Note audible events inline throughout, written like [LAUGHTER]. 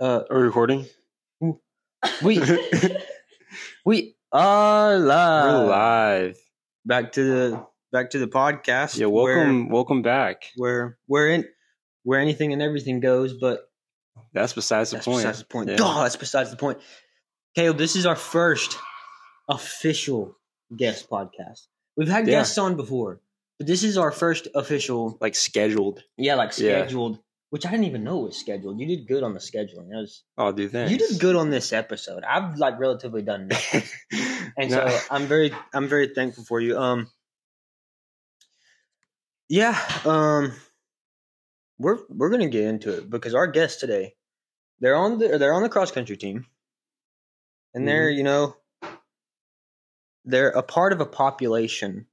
Uh, Are we recording? [LAUGHS] we we are live. We're live. Back to the back to the podcast. Yeah, welcome, welcome back. Where where where, in, where anything and everything goes, but That's besides the that's point. besides the point. Yeah. Duh, that's besides the point. Caleb, this is our first official guest podcast. We've had Yeah. guests on before, but this is our first official. Like scheduled. Yeah, like Yeah. scheduled. Which I didn't even know was scheduled. You did good on the scheduling. That was Oh, dude, thanks. you [LAUGHS] did good on this episode. I've like relatively done nothing. and No. so I'm very I'm very thankful for you. Um, yeah, um, we're we're gonna get into it because our guests today, they're on the they're on the cross country team, and they're Mm-hmm. you know, they're a part of a population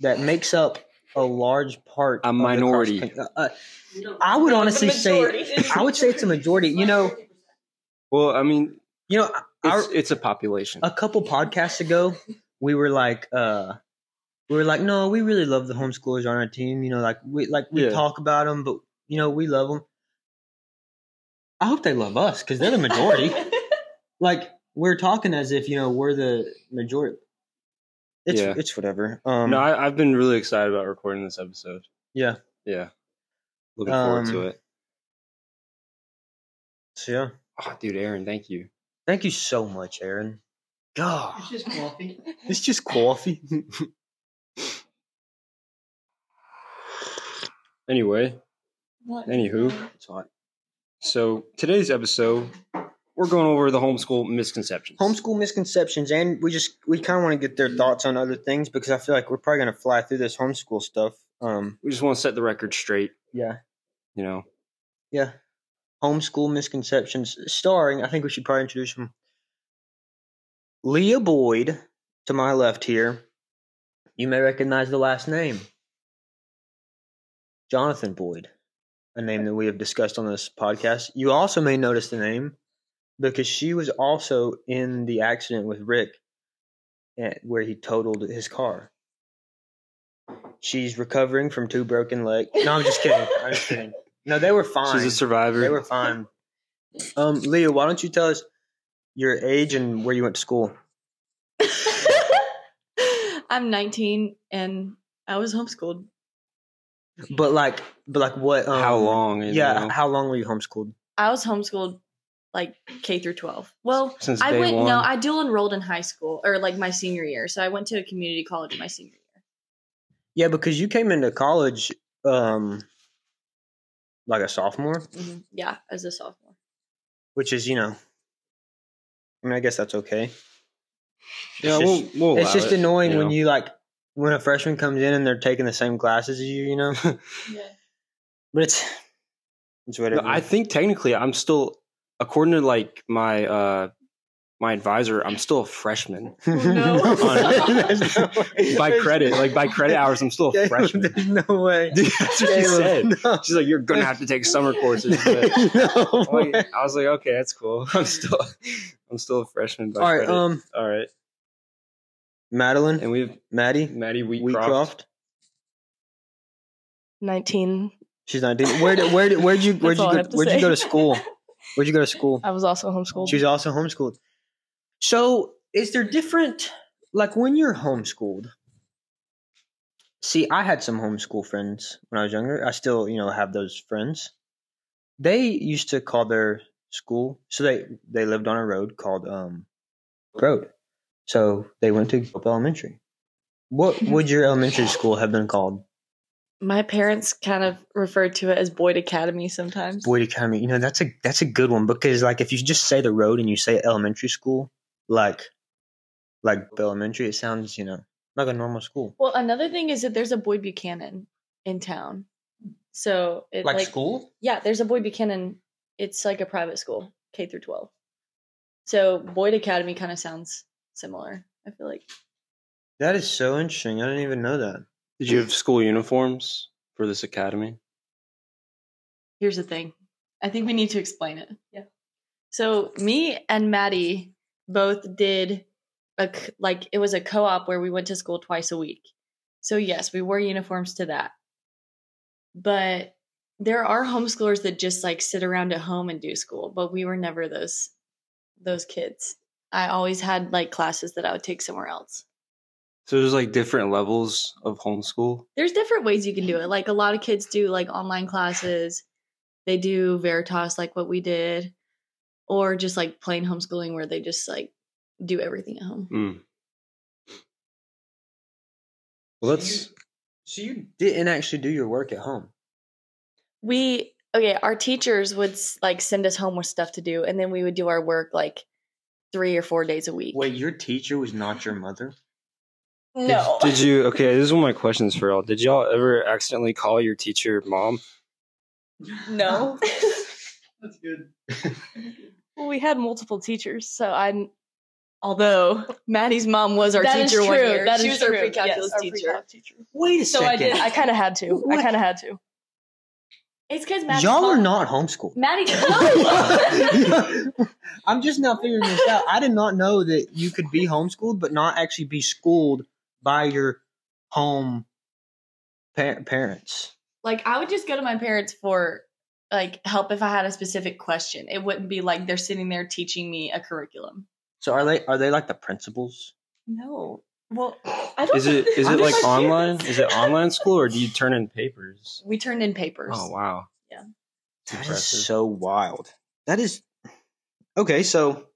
that makes up a large part A of the cross minority. country- uh, uh, I would honestly say- I would say it's a majority. You know, well, I mean, you know, our, it's, it's a population. a couple podcasts ago, we were like, uh, we were like, no, we really love the homeschoolers on our team. You know, like we like we Yeah. talk about them, but you know, we love them. I hope they love us because they're the [LAUGHS] majority. like we're talking as if you know we're the majority. It's Yeah. it's whatever. Um, no, I, I've been really excited about recording this episode. Yeah. Yeah. Looking forward to Um, it. so yeah, Oh, dude, Aaron, thank you. thank you so much, Aaron. God, It's just coffee. it's just coffee. [LAUGHS] Anyway, What? [LAUGHS] Anywho. it's hot. so today's episode, we're going over the homeschool misconceptions. homeschool misconceptions and we just we kind of want to get their thoughts on other things because i feel like we're probably going to fly through this homeschool stuff um We just want to set the record straight, yeah you know. yeah homeschool misconceptions starring i think we should probably introduce them leah boyd to my left here you may recognize the last name jonathan boyd a name that we have discussed on this podcast you also may notice the name because she was also in the accident with rick at- where he totaled his car. She's recovering from two broken legs. No, I'm just kidding. I'm just kidding. No, they were fine. She's a survivor. they were fine. [LAUGHS] Um, Leah, why don't you tell us your age and where you went to school? I'm 19 and I was homeschooled. But like, but like, what? Um, how long? you Yeah, know? how long were you homeschooled? I was homeschooled like K through 12. Well, since I day went one. no, I dual enrolled in high school or like my senior year. So I went to a community college my senior year. Yeah, because you came into college, um, like a sophomore, Mm-hmm. Yeah, as a sophomore. which is you know, I mean, I guess that's okay. yeah, it's we'll, we'll it's allow just it, annoying you when know. you like when a freshman comes in and they're taking the same classes as you, you [LAUGHS] know. Yeah. But it's it's No, whatever. I [LAUGHS] think technically I'm still, according to like my uh my advisor, I'm still a freshman no. [LAUGHS] There's no way. [LAUGHS] by credit. Like by credit hours, I'm still a Caleb, freshman. There's no way. Dude, [LAUGHS] that's what she said. Caleb, no. She's like, you're gonna have to take summer [LAUGHS] courses. But No [LAUGHS] I'm way. like- I was like, okay, that's cool. [LAUGHS] I'm still, I'm still a freshman. By All right, credit. um, all right. Madeline, And we have Maddie, Maddie Wheatcroft. Wheatcroft. 19. She's nineteen. Where did where did where'd you where'd That's all I you have go, to where'd you say. go to school? Where'd you go to school? I was also homeschooled. She's also homeschooled. So, is there different, like when you're homeschooled? See, I had some homeschool friends when I was younger. I still, you know, have those friends. They used to call their school, so they they lived on a road called um Road. So they went to Hope Elementary. What would your elementary school have been called? My parents kind of referred to it as Boyd Academy sometimes. Boyd Academy. You know, that's a that's a good one because like if you just say the road and you say elementary school, like like elementary, it sounds, you know, like a normal school. Well, another thing is that there's a Boyd Buchanan in town. So it Like, school? Yeah, there's a Boyd Buchanan. It's like a private school, K through 12. So Boyd Academy kind of sounds similar. I feel like That is so interesting. I didn't even know that. Did you have school uniforms for this academy? here's the thing. I think we need to explain it. Yeah. So me and Maddie both did a c- like it was a co-op where we went to school twice a week. So yes, we wore uniforms to that. But there are homeschoolers that just like sit around at home and do school, but we were never those those kids. I always had like classes that I would take somewhere else. So there's like different levels of homeschool. There's different ways you can do it. Like a lot of kids do like online classes. They do Veritas like what we did or just like plain homeschooling where they just like do everything at home. Mm. Well, So that's So you didn't actually do your work at home. we okay our teachers would s- like send us home with stuff to do and then we would do our work like three or four days a week Wait, your teacher was not your mother? No. [LAUGHS] Did, did you? Okay, this is one of my questions for y'all. Did y'all ever accidentally call your teacher mom? no. That's good. well, we had multiple teachers so i'm although maddie's mom was our That is teacher one true. year That she is was our true. pre-calculus Yes, our teacher pre-calc Wait a So I second. did- I kind of had to I What? of had to It's because Y'all are not homeschooled. [LAUGHS] Maddie. I'm just now figuring this out. I did not know that you could be homeschooled, but not actually be schooled by your home par- parents. like i would just go to my parents for like help if i had a specific question it wouldn't be like they're sitting there teaching me a curriculum So are they? Are they like the principals? no well i don't Is it is I'm it like just online? Is it online school or do you turn in papers? we turned in papers Oh wow. That is Impressive. so wild. That is okay. So,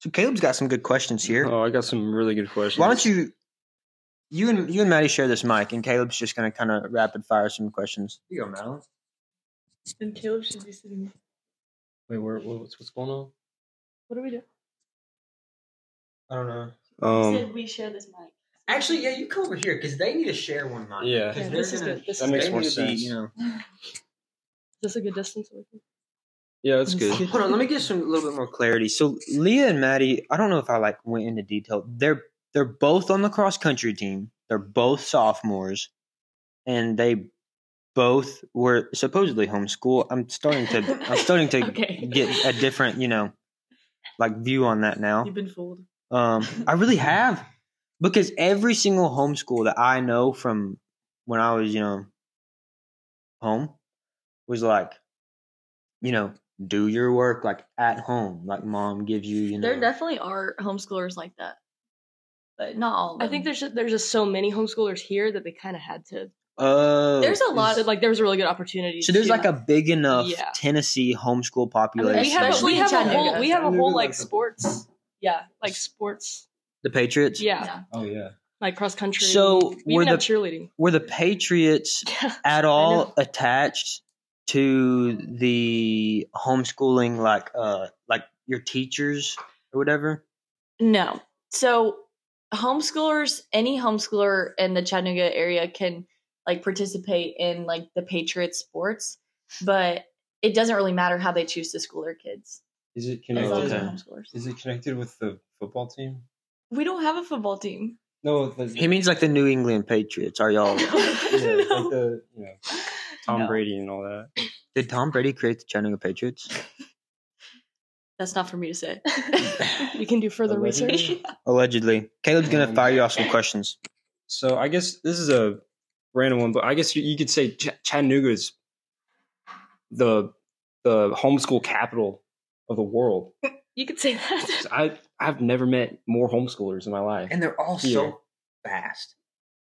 so Caleb's got some good questions here. Oh, I got some really good questions. Why don't you, you and you and Maddie share this mic, and Caleb's just gonna kind of rapid fire some questions. You go, Madeline. and caleb should be sitting Wait, where, what's what's going on? what do we do I don't know. Um, we share this mic. Actually, yeah, you come over here because they need to share one mic. Yeah. 'Cause Yeah, they're this is gonna- good. This That is makes they more need to be, sense. you know. this a good distance away from yeah, that's good. [LAUGHS] Hold on, let me get some a little bit more clarity. So Leah and Maddie, I don't know if I like went into detail. They're they're both on the cross country team. They're both sophomores, and they both were supposedly homeschool. I'm starting to I'm starting to [LAUGHS] Okay. [LAUGHS] get a different you know like view on that now. You've been fooled. Um, I [LAUGHS] really have because every single homeschool that I know from when I was, you know, home was like, you know, do your work like at home, like mom gives you, you know. There definitely are homeschoolers like that, but not all. Of I them. think there's just, there's just so many homeschoolers here that they kind of had to. oh, there's a lot That, of like. like there was a really good opportunity. so there's to- like a big enough Yeah. Tennessee homeschool I mean, population. we have a, Especially we in have a Chattanooga. whole we have a Chattanooga, whole like, like sports. Yeah, like sports. the Patriots. Yeah, Yeah. Oh yeah. like cross country. So we were even have the- cheerleading. Were the Patriots Yeah. at all attached to the homeschooling like uh like your teachers or whatever No, so homeschoolers, any homeschooler in the Chattanooga area can like participate in like the Patriot sports, but it doesn't really matter how they choose to school their kids. Is it As long as they're Oh, Okay. homeschoolers. Is it connected with the football team? We don't have a football team. No, the, he means like the new england patriots are y'all [LAUGHS] [LAUGHS] No. the you know, Tom No. Brady and all that. did tom brady create the chattanooga patriots That's not for me [LAUGHS] to say. You can do further Allegedly. research. allegedly caleb's gonna Um, fire you off some questions So I guess this is a random one, but I guess you, you could say Ch- Chattanooga is the the homeschool capital of the world. [LAUGHS] You could [LAUGHS] say that. I I've never met more homeschoolers in my life. and they're all so Yeah. fast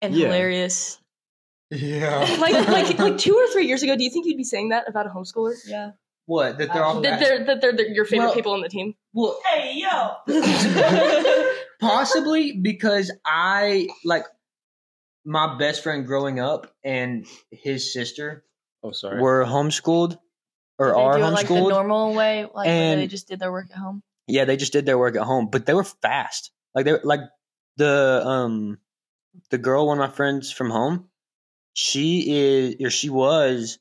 and Yeah. hilarious. [LAUGHS] yeah like like like two or three years ago. Do you think you'd be saying that about a homeschooler? Yeah. what that they're all fast? That they're that they're, the- your favorite Well- people on the team. well Hey yo. [LAUGHS] possibly because i like my best friend growing up and his sister Oh, sorry. were homeschooled or they are do it homeschooled. like the normal way, like where they And- just did their work at home. yeah, they just did their work at home, but they were fast. Like they were- like the um the girl, one of my friends from home, she is or she was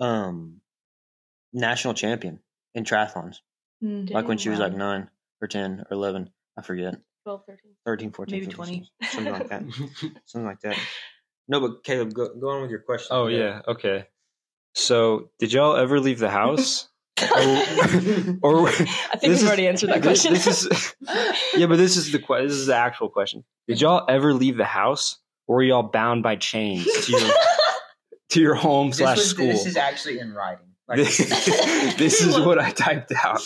um national champion in triathlons. like when she was like nine or ten or eleven, I forget. 12, 13. 13, 14, Maybe 15, 20. Something like that. [LAUGHS] something like that. No, but Caleb, go, go on with your question. [LAUGHS] oh yeah. Okay. So did y'all ever leave the [LAUGHS] house? or, [LAUGHS] or I This think we've is- already answered that this, question. this is [LAUGHS] Mm-hmm. yeah, but this is the que- this is the actual [LAUGHS] question. Did y'all ever leave the house, or were y'all bound by chains to your to your home This slash was- school. This is actually in writing. [LAUGHS] Like, [LAUGHS] this is what I typed out.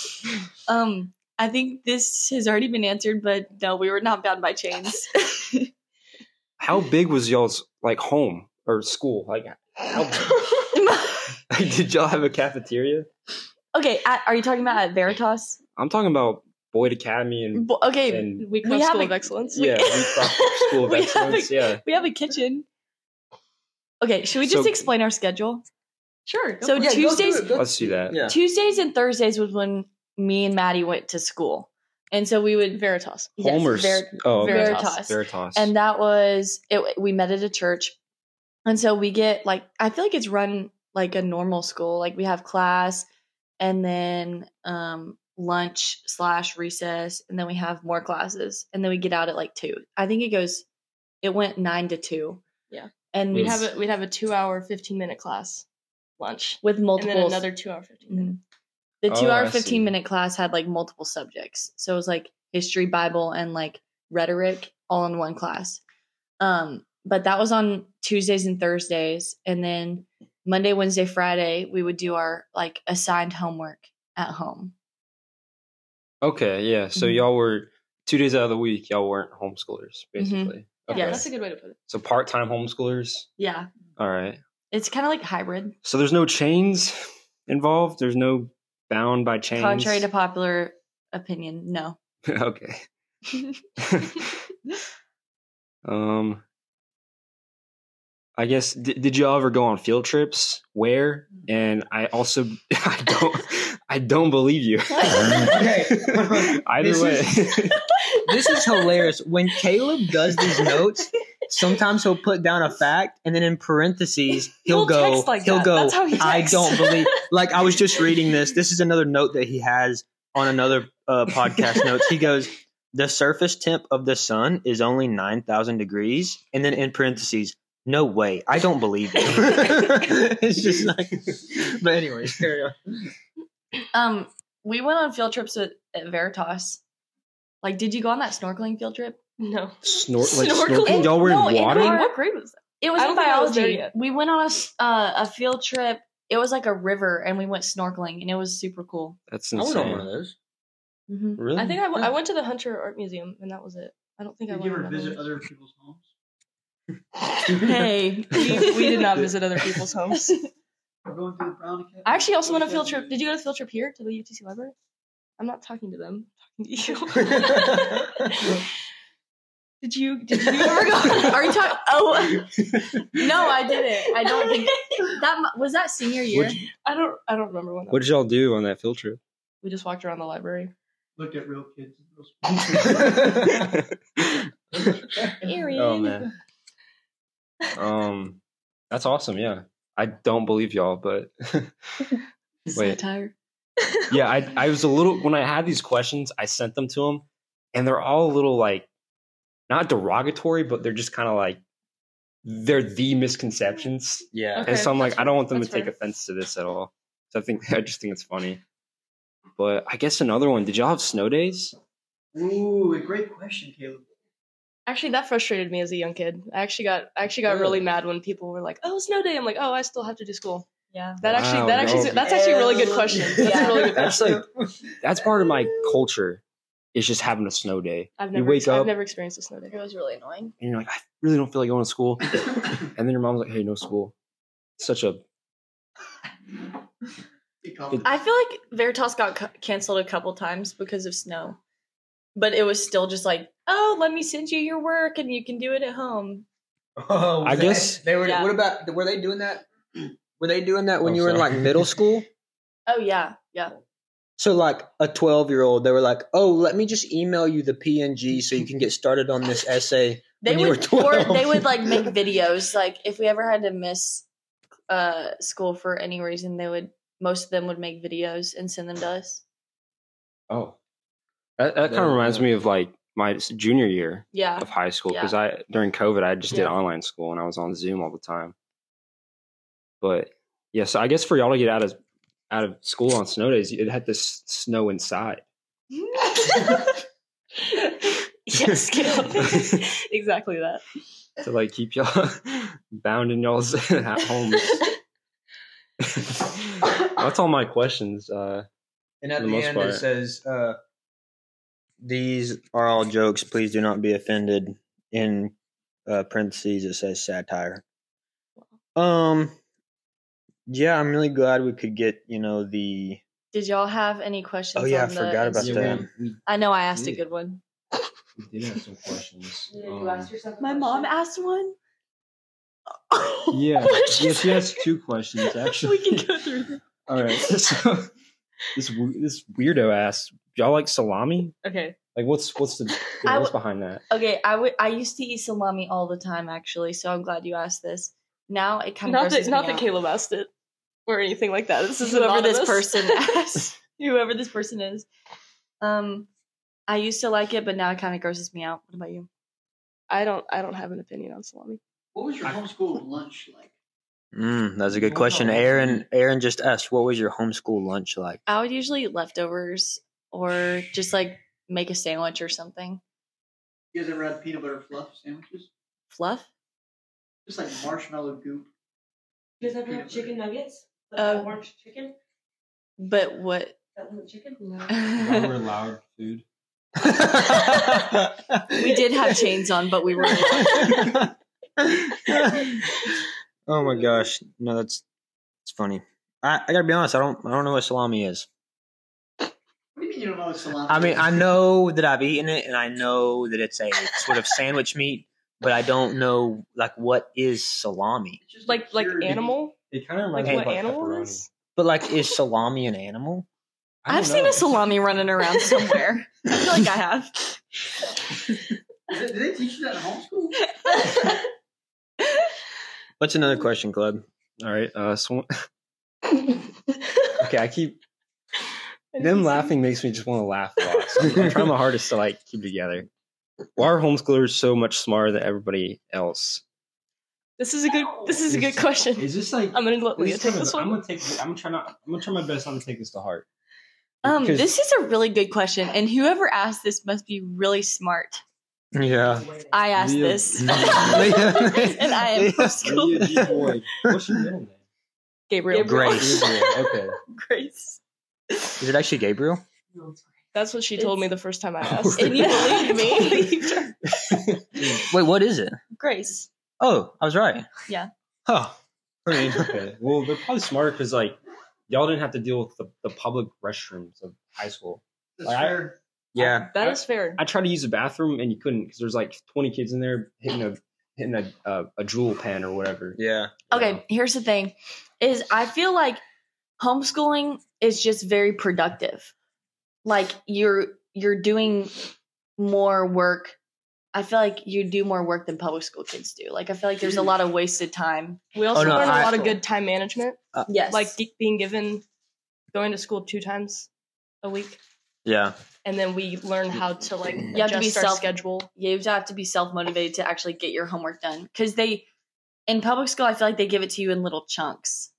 Um, I think this has already been answered, but no, we were not bound by chains. [LAUGHS] How big was y'all's like home or school? Like, [LAUGHS] how did y'all have a cafeteria? okay, at, are you talking about at Veritas? I'm talking about Boyd Academy and Bo- Okay, and [LAUGHS] We, We have School a- of Excellence. [LAUGHS] yeah, we thought School of We have Excellence. yeah, we have a kitchen. Okay, should we just So- explain our schedule? Sure. So So, Tuesdays, let's do that. Yeah. Tuesdays and Thursdays was when me and Maddie went to school, and so we would Veritas. yes, Homer's. Ver- oh, okay. Veritas. Veritas. and that was it. We met at a church, and so we get like I feel like it's run like a normal school. Like we have class, and then um lunch slash recess, and then we have more classes, and then we get out at like two. I think it goes. It went nine to two. Yeah. and We'd Mm. have a we'd have a two hour, fifteen minute class lunch. with multiple And then another two hour fifteen minute. Mhm. The Oh, two hour, I 15 see. minute class had like multiple subjects. So it was like history, Bible, and like rhetoric all in one class. Um, but that was on Tuesdays and Thursdays. And then Monday, Wednesday, Friday, we would do our like assigned homework at home. okay, yeah. So Mhm. y'all were two days out of the week. Y'all weren't homeschoolers, Mm-hmm. basically. Yeah, Okay. that's a good way to put it. So part time homeschoolers. Yeah. All right. It's kind of like hybrid, So there's no chains involved. There's no bound by chains. contrary to popular opinion. No. [LAUGHS] okay. um, I guess did, did y'all ever go on field trips? Where? And I also [LAUGHS] I don't I don't believe you. [LAUGHS] Okay. Either This way, [LAUGHS] This is hilarious. When Caleb does these notes, sometimes he'll put down a fact and then in parentheses he'll, He'll go text like he'll that. go That's how he I texts." don't believe like I was just reading this. This is another note that he has on another uh, podcast notes. He goes the surface temp of the sun is only 9000 degrees and then in parentheses no way. I don't believe [LAUGHS] you. it's just like But anyways, carry on. Um, we went on field trips at, at Veritas. Like, did you go on that snorkeling field trip? [LAUGHS] No. snor- like Snorkeling? snorkeling. Y'all were No, in in water. our- what grade was that? It was I in don't think I was there biology. yet. We went on a s- uh, a field trip. It was like a river, and we went snorkeling, and it was super cool. That's I insane. went on one of those. [LAUGHS] Mm-hmm. Really? I think I, w- I went to the Hunter Art Museum and that was it. I don't think I went. on another- other people's homes? Hey, [LAUGHS] we, we [LAUGHS] did not visit other people's [LAUGHS] homes. going through the Brown Academy. I actually also went on a field trip. Did you go to a field trip here to the UTC library? I'm not talking to them. I'm talking to [LAUGHS] you. [LAUGHS] did you? Did you ever go? [LAUGHS] are you talking? [LAUGHS] Oh no, I didn't. I don't [LAUGHS] think that mu- was that senior year. Would- I don't. I don't remember when. That What did y'all do on that field trip? was. We just walked around the library. looked at real kids. oh man. Um, that's awesome. Yeah, I don't believe y'all, but [LAUGHS] Wait. Satire. yeah, I I was a little when I had these questions, I sent them to him, and they're all a little like not derogatory, but they're just kind of like they're the misconceptions, Yeah. Okay, and so I'm like, that's I don't want them to fair. take offense to this at all. So I think [LAUGHS] I just think it's funny. But I guess another one. Did y'all have snow days? Ooh, a great question, Caleb. Actually, that frustrated me as a young kid. I actually got. I actually got really Really? mad when people were like, "Oh, snow day." I'm like, "Oh, I still have to do school." Yeah. That Wow, actually. That actually. no. That's actually a really [LAUGHS] good question. That's Yeah. a really good question. That's like that's part of my culture. Is just having a snow day. I've You never. wake I've up- never experienced a snow day. It was really annoying. and you're like, I really don't feel like going to [LAUGHS] school. and then your mom's like, Hey, no school. Such a I feel like Veritas got c- canceled a couple times because of snow, but it was still just like, oh, let me send you your work, and you can do it at home. [LAUGHS] Oh, I they- guess- they were. Yeah. What about were they doing that? [CLEARS THROAT] Were they doing that when Oh, you were in sorry. like middle [LAUGHS] school? Oh yeah, yeah. So like a twelve year old, they were like, "Oh, let me just email you the PNG so you can get started on this essay." They When you would, were or 12. they would [LAUGHS] like make videos. Like if we ever had to miss uh school for any reason, they would. Most of them would make videos and send them to us. oh. That, that kind of Yeah, reminds yeah. me of like my s- junior year uh, Yeah, [LAUGHS] of high school because I during COVID I just did online school and I was on Zoom all the time. But yeah, so I guess for y'all to get out of out of school on snow days, it had this snow inside. [LAUGHS] Yes, [LAUGHS] Caleb. exactly that. to like keep y'all [LAUGHS] bound in y'all's [LAUGHS] at home. That's all my questions. Uh, And at For the, the most end, it part. says, uh, "These are all jokes. Please do not be offended." In uh, parentheses, it says satire. Um, yeah, I'm really glad we could get you know the. Did y'all have any questions? Oh yeah, I on the forgot about Instagram? that. we, I know I asked a Yeah. good [LAUGHS] one. we did have some questions. [LAUGHS] yourself My mom asked one. yeah, What did she yeah, she has two [LAUGHS] questions actually. [LAUGHS] We can go through. them. All [LAUGHS] right. So this w- this weirdo asked, "Y'all like salami? Okay. Like, what's what's the I what's behind that?" Okay. I would. I used to eat salami all the time, actually. So I'm glad you asked this. Now it kind of Not that, grosses not me that out. Caleb asked it or anything like that. This is whoever anonymous. this person [LAUGHS] is. whoever this person is. Um, I used to like it, but now it kind of grosses me out. What about you? I don't. I don't have an opinion on salami. What was your homeschool lunch like? Mm, that's a good What question. about lunch? Aaron, Aaron just asked, "What was your homeschool lunch like?" I would usually eat leftovers or just like make a sandwich or something. You guys ever had peanut butter fluff sandwiches? Fluff. Just like marshmallow goop. You guys ever have chicken nuggets? Like Uh, that orange chicken? But what? That little chicken? we [LAUGHS] allowed food. did have chains on, but we were. [LAUGHS] [LAUGHS] oh my gosh! No, that's it's funny. I, I gotta be honest. I don't I don't know what salami is. What do you mean you don't know what salami? I mean, is? I know that I've eaten it, and I know that it's a sort of sandwich meat, but I don't know like what is salami. It's just a Like like pure- animal. It kind of Like what animal it is? But like, is salami an animal? I've seen a salami running around somewhere. I feel like I have. Is it- Did they teach you that in [LAUGHS] homeschool? What's another question, Club? All right. Uh, so, [LAUGHS] okay, I keep them laughing makes me just want to laugh a lot. So I'm, I'm trying my hardest to like keep it together. Why are homeschoolers so much smarter than everybody else? This is a good. This is a good question. Is this like I'm gonna let Leah take Oh, this one. gonna take. I'm gonna try not. I'm gonna try my best not to take this to heart. Um, Because- this is a really good question, and whoever asked this must be really smart. [LAUGHS] Yeah. [LAUGHS] I asked Leah- this, [LAUGHS] and Leah- I am from Leah- school. What's your middle name? [LAUGHS] Gabriel. Grace. Okay. [LAUGHS] Grace. Is it actually Gabriel? That's what she told me the [LAUGHS] first time I asked. And [LAUGHS] you believed me. Believed [LAUGHS] her. Wait, what is it? Grace. Oh, I was right. Yeah. Huh. I mean, Okay. Well, they're probably smarter because like y'all didn't have to deal with the, the public restrooms of high school. That's Like, I- fair. yeah. That is fair. I tried to use the bathroom and you couldn't because there's like 20 kids in there hitting a hitting a a, a jewel pen or whatever. Yeah. Okay, here's the thing: is I feel like homeschooling is just very productive. Like you're you're doing more work. I feel like you do more work than public school kids do. Like I feel like there's a lot of wasted time. We also Oh, no, learn a I- lot of good time management, Yes, like ge- being given going to school two times a week, Yeah. and then we learn how to like adjust have to be our self- schedule. you have to be self motivated to actually get your homework done because they in public school I feel like they give it to you in little chunks.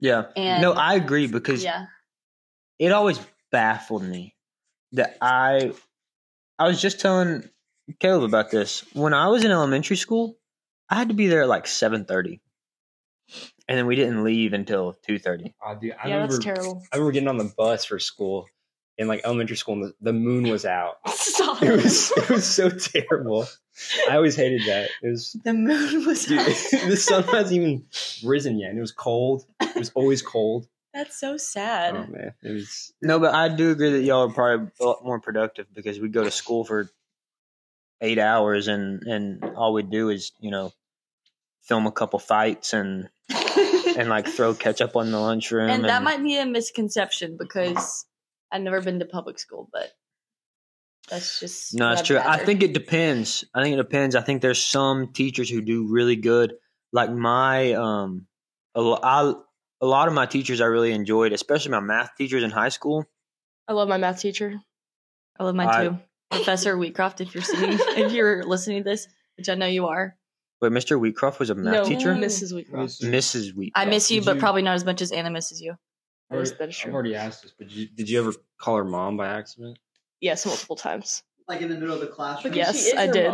Yeah. And no, I agree because yeah, it always baffled me that I I was just telling Caleb about this. When I was in elementary school, I had to be there at like seven thirty. And then we didn't leave until two thirty. I, do, Ah, I yeah, remember [LAUGHS] that's terrible. I remember getting on the bus for school in like elementary school and the, the moon was out. [LAUGHS] Stop. It was it was so terrible. I always hated that. It was the moon was Dude, [LAUGHS] the sun hasn't even risen yet, and it was cold. It was always cold. [LAUGHS] that's so Oh sad. man, it was. No, but I do agree that y'all are probably a lot more productive because we go to school for eight hours and and all we do is you know film a couple fights [LAUGHS] and and like throw ketchup on the lunchroom and that might be a misconception because I've never been to public school, but that's just No, what that's I've true. I gathered. think it depends. I think it depends. I think there's some teachers who do really good. Like my um, a, lo- I, a lot of my teachers I really enjoyed, especially my math teachers in high school. I love my math teacher. I love mine too, Professor Wheatcroft. If [LAUGHS] you're seeing, if you're listening to this, which I know you are, But Mr. Wheatcroft was a math no, teacher. Mrs. Wheatcroft. Mrs. Wheatcroft. I miss you, Did but you- probably not as much as Anna misses you. That is- that is I've true. already asked this, but did you, did you ever call her mom by accident? Yes, multiple times. like in the middle of the classroom. Yes, I did.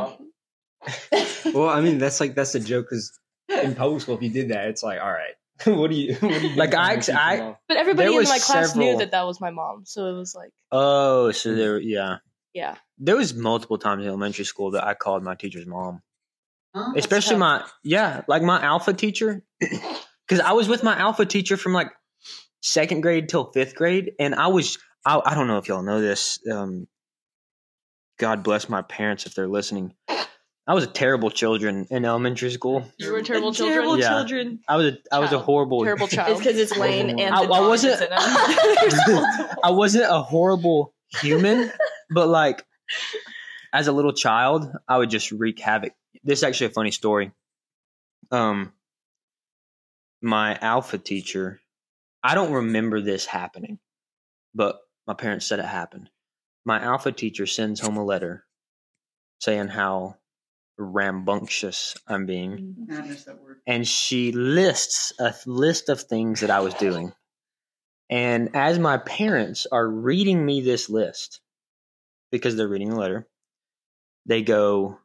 Well, I mean, that's like that's a joke because in public school, if you did that, it's like, all right, [LAUGHS] what do you? What do you Like, doing I to ex- keep your I- mom? But everybody There in was my class knew several- that that was my mom, so it was like, Oh, so there, yeah. yeah. There was multiple times in elementary school that I called my teacher's mom, Huh? especially Oh, tough. my yeah, like my alpha teacher, [CLEARS THROAT] because I was with my alpha teacher from like second grade till fifth grade, and I was I, I don't know if y'all know this. Um, God bless my parents if they're listening. I was a terrible children in elementary school. You were terrible children. Terrible Yeah. children. I was a I was a Child. horrible [LAUGHS] Terrible It's child. because [LAUGHS] it's Lane and I- the I dog wasn't- is in it. [LAUGHS] I wasn't a horrible human, but like as a little child, I would just wreak havoc. This is actually a funny story. Um my alpha teacher, I don't remember this happening, but my parents said it happened. My alpha teacher sends home a letter saying how rambunctious I'm being I missed that word. and she lists a th- list of things that I was doing. And as my parents are reading me this list, because they're reading the letter, they go,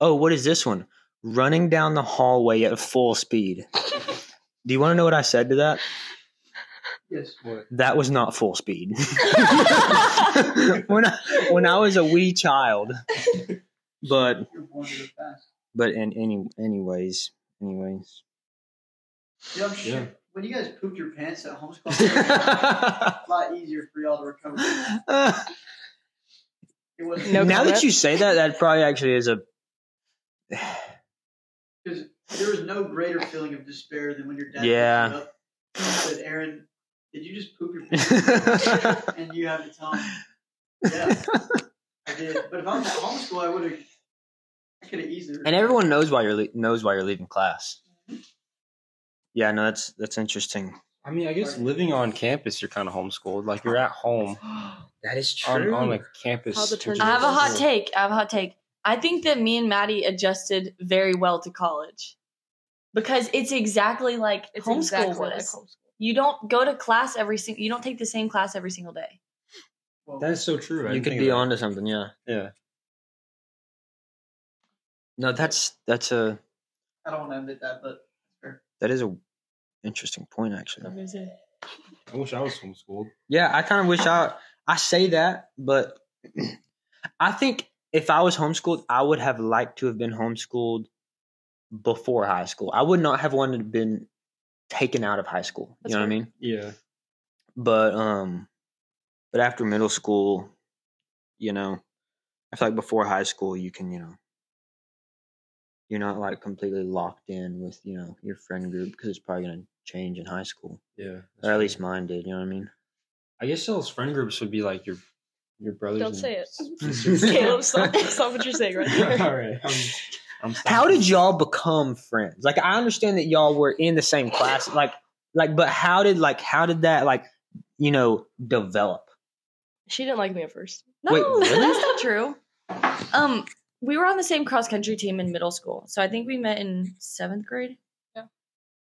Oh, what is this one? Running down the hallway at full speed. Do you want to know what I said to that? Yes. What? That was not full speed. [LAUGHS] when, I, when I was a wee child. But You're born to the fast. but in any anyways, anyways. [LAUGHS] Yeah, I'm sure. Yeah. When you guys pooped your pants [LAUGHS] at homeschool, it's a lot easier for y'all to recover. It was No now that comment? you say that, that probably actually is a [LAUGHS] because there was no greater feeling of despair than when your dad picked Yeah. you up and said, "Aaron, did you just poop your pants?" [LAUGHS] and you have to tell him, "Yeah, I did." But if I was at homeschool, I would have. I could have easily. and everyone knows why you're le- knows why you're leaving class. Yeah, no, that's that's interesting. I mean, I guess living on campus, you're kind of homeschooled. Like you're at home That is on, on a campus. How the which is turn- I have a hot cool. take. I have a hot take. I think that me and Maddie adjusted very well to college because it's exactly like It's homeschool exactly like was. homeschool. you don't go to class every single. You don't take the same class every single day. Well, That is so true. I you didn't could think be of onto something. Yeah, that. Yeah. no, that's that's a I don't want to admit that, but that is a interesting point actually. I wish I was homeschooled. Yeah, I kind of wish I I say that, but I think if I was homeschooled, I would have liked to have been homeschooled before high school. I would not have wanted to been taken out of high school. That's you know what I fair. mean? Yeah. But um but after middle school, you know, I feel like before high school you can, you know, you're not like completely locked in with, you know, your friend group because it's probably going to change in high school. Yeah. Or at least mine did, you know what I mean? I guess those friend groups would be like your your brothers. Don't and say it. sisters. [LAUGHS] [LAUGHS] Caleb, stop, stop what you're saying right [LAUGHS] there. All right. I'm, I'm stopping. how did y'all become friends like i understand that y'all were in the same class like like but how did like how did that like you know develop [LAUGHS] She didn't like me at first. No, Wait, really? that's not true. Um, we were on the same cross country team in middle school, so I think we met in seventh grade.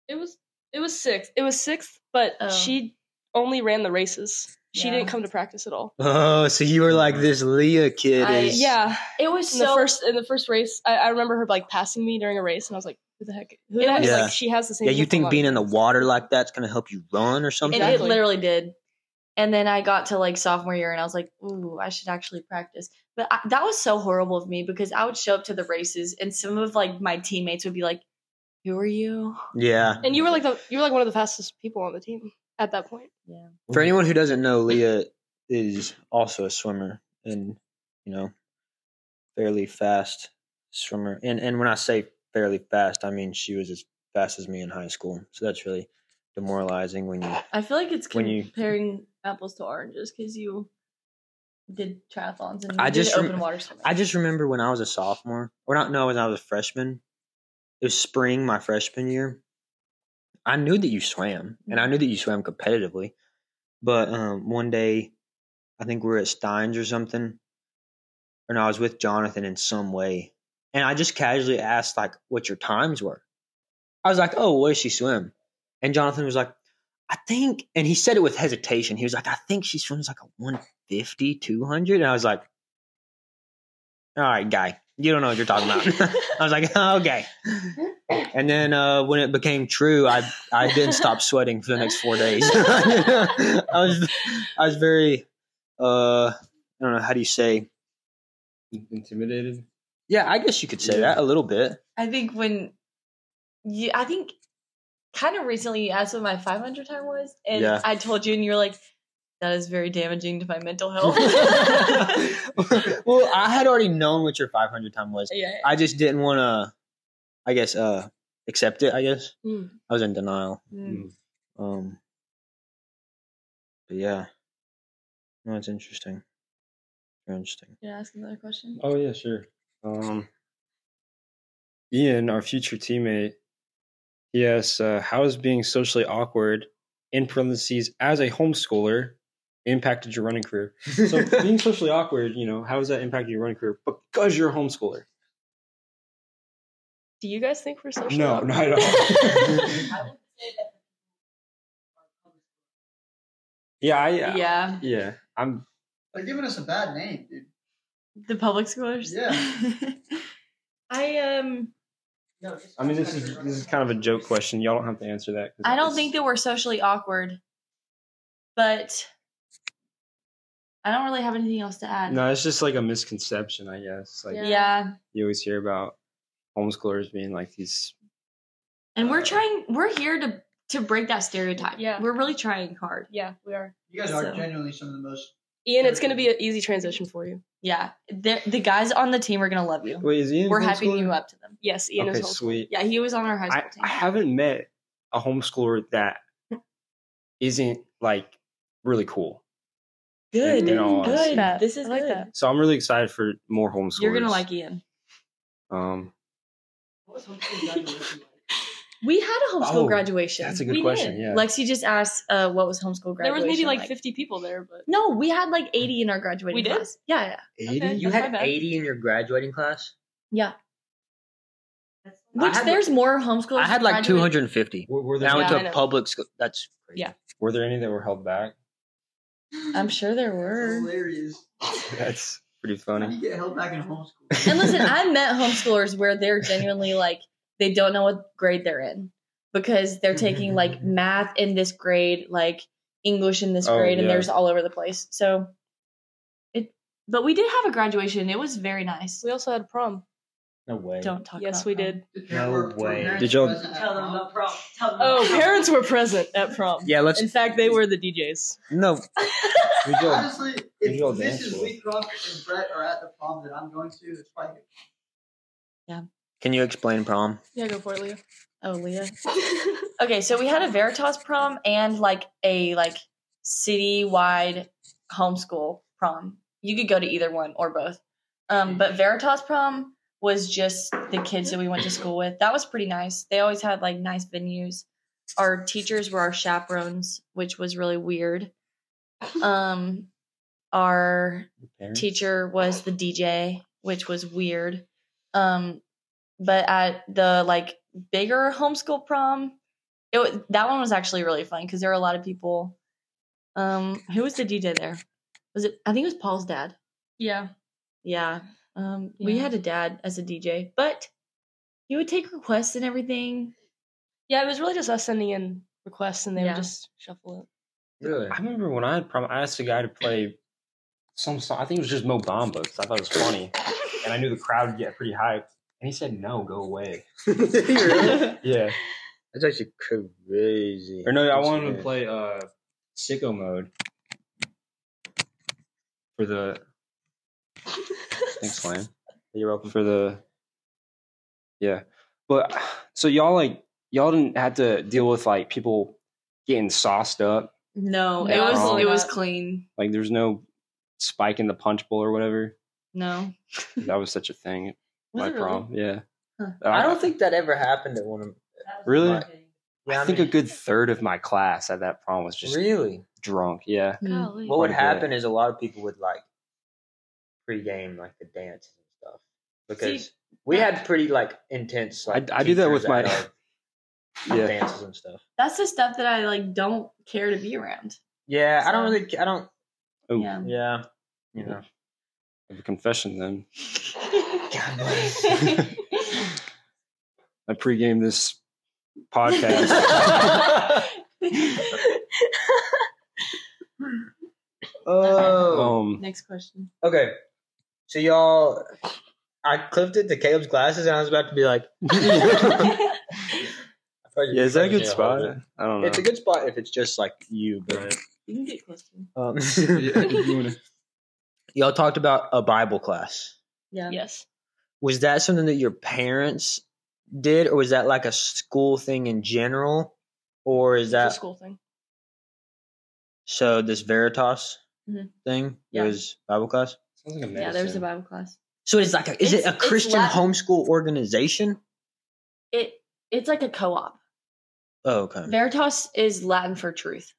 It was it was sixth. It was sixth, but Oh. she only ran the races. She Yeah. didn't come to practice at all. oh so you were like this leah kid I- is Yeah, It was in so the first in the first race, I, I remember her like passing me during a race, and I was like, "Who the heck? Who It the heck?" was- Yeah. Like she has the same. yeah you uniform think on. being in the water like that's gonna help you run or something and it Exactly. literally did. And then I got to like sophomore year, and I was like, "Ooh, I should actually practice." But I, that was so horrible of me because I would show up to the races, and some of like my teammates would be like, "Who are you?" yeah and you were like the you were like one of the fastest people on the team at that point. for anyone who doesn't know leah is also a swimmer and you know fairly fast swimmer and and when i say fairly fast i mean she was as fast as me in high school so that's really demoralizing when you I feel like it's When you- comparing apples to oranges because you did triathlons and I you did just rem- open water swimming. I just remember when I was a sophomore, or not, no, when I was a freshman. It was spring, my freshman year. I knew that you swam, and I knew that you swam competitively. But um, one day, I think we were at Stein's or something, and I was with Jonathan in some way, and I just casually asked like what your times were. I was like, "Oh, what does she swim?" And Jonathan was like, "I think," and he said it with hesitation. He was like, "I think she swims like a 150, 200. and I was like. all right, guy, you don't know what you're talking about. [LAUGHS] I was like, okay. And then uh, when it became true, I I didn't stop sweating for the next four days. [LAUGHS] I was I was very uh, I don't know how do you say? Intimidated. Yeah, I guess you could say that a little bit. I think when you, I think kind of recently you asked what my 500 time was, and Yeah. I told you, and you were like, that is very damaging to my mental health. [LAUGHS] Oh. [LAUGHS] well, I had already known what your 500 time was. yeah. I just didn't want to, I guess, uh, accept it. I guess hmm, Mm. I was in denial. Mm. Um, but yeah, no, it's interesting. Very interesting. Can I ask another question? Oh yeah, sure. Um, Ian, our future teammate, he asks, uh, "How has being socially awkward, in parentheses, as a homeschooler, impacted your running career?" [LAUGHS] So, [LAUGHS] being socially awkward, you know, how has that impacted your running career? Because you're a homeschooler. Do you guys think we're social? No, not at all. I would say that [LAUGHS] yeah, I, Yeah. yeah, yeah. I'm. They're giving us a bad name, dude. The public schoolers? Yeah. [LAUGHS] I um no, just I mean, this is this is kind of a joke question. Y'all don't have to answer that. 'cause I don't it's- think that we're socially awkward, but I don't really have anything else to add. No, it's just like a misconception, I guess. Like Yeah. you always hear about homeschoolers being like these. And we're trying we're here to to break that stereotype. Yeah. We're really trying hard. Yeah, we are. You guys are So. genuinely some of the most. Ian, it's gonna be an easy transition for you. Yeah. The the guys on the team are gonna love you. Wait, is Ian? We're hyping homeschooler? you up to them. Yes, Ian okay, is homeschooled. sweet. Yeah, he was on our high I, school team. I haven't met a homeschooler that isn't like really cool. Good, In all good. honesty. This is like that. So I'm really excited for more homeschoolers. You're gonna like Ian. Um, What was homeschooling done to look like? We had a homeschool Oh, graduation. that's a good We question. did. Yeah. Lexi just asked uh, what was homeschool graduation. There was maybe like, like 50 people there, but No, we had like 80 in our graduating We did? class. Yeah, yeah. Okay. You That's my had bad. 80 in your graduating class. That's I Which had- there's more homeschool. I had like 250. Were, were, there, Now Yeah, into I know. a public school. That's crazy. Yeah. were there any that were held [LAUGHS] back? I'm sure there That's were. hilarious. That's pretty How do funny. you get held back in [LAUGHS] homeschool? And listen, I met homeschoolers where they're genuinely like they don't know what grade they're in because [LAUGHS] they're taking like math in this grade, like English in this Oh, grade, and yeah. there's all over the place. So it, but we did have a graduation. It was very nice. we also had prom. No way. Don't talk. yes, about we prom. did. No way. Did y'all- Tell Uh-huh. them about prom. Tell them Oh, [LAUGHS] about prom. parents were present at prom. Yeah, let's. In fact, they were the DJs. [LAUGHS] No. We go- Honestly, Did y'all if dance Mrs. well? Wheatcroft and Brett are at the prom that I'm going to, it's probably Can you explain prom? Yeah, go for it, Leah. Oh, Leah. okay, so we had a Veritas prom and like a like city-wide homeschool prom. You could go to either one or both. Um, but Veritas prom was just the kids that we went to school with. That was pretty nice. They always had like nice venues. Our teachers were our chaperones, which was really [LAUGHS] weird. Um, our Parents? teacher was the DJ, which was weird. Um, but at the like bigger homeschool prom, it wa that one was actually really fun because there were a lot of people. Um, who was the DJ there? Was it? I think it was Paul's dad. Yeah. Yeah. Um, we Yeah. had a dad as a DJ, but he would take requests and everything. Yeah, it was really just us sending in requests and they Yeah. would just shuffle Really? I remember when I had prom, I asked a guy to play some song. I think it was just Mo Bamba 'cause I thought it was funny, and I knew the crowd would get pretty hyped. And he said, "No, [LAUGHS] go away." That's Yeah. actually crazy. Or no, I wanted him to play uh sicko mode for the. Thanks, [LAUGHS] Lane. You're welcome for the. Yeah, but so y'all like y'all didn't have to deal with like people getting sauced up. No, it No, was probably it was not. clean. Like there's no spike in the punch bowl or whatever. No, That was such a thing at Was my it really? prom. Yeah. Uh, Huh. I don't think that ever happened at one of. [LAUGHS] That was Really? marketing. Yeah, I think mean- a good third of my class at that prom was just uh, really. drunk. Yeah. Mm. it. What would Quite a bit. happen is a lot of people would like pregame like the dances and stuff because we had pretty like intense. Like, I- I do that teachers with my- had our [LAUGHS] Yeah. dances and stuff. that's the stuff that I like don't care to be around. Yeah, I don't So- really. I don't. Ooh. Yeah. [LAUGHS] Yeah, you know. I have a confession then. God bless. I pregame this podcast. [LAUGHS] oh. [LAUGHS] um, [LAUGHS] Next question. Okay. So y'all, I clipped it to Caleb's glasses, and I was about to be like, yeah, is that a good spot? I don't know. It's a good spot if it's just like you, but You can get close to me. um, [LAUGHS] [LAUGHS] Yeah, if you wanna- y'all talked about a Bible class. [LAUGHS] Yes. Was that something that your parents did, or was that like a school thing in general, or is It's a that school thing. so? This Veritas Mm-hmm. Mhm. thing Yeah. was Bible class. Sounds like a Yeah, there was a medicine. Bible class. So it's like a, is it It's- a it's Christian Latin. homeschool organization? It it's like a co-op. Oh, okay. Veritas is Latin for truth.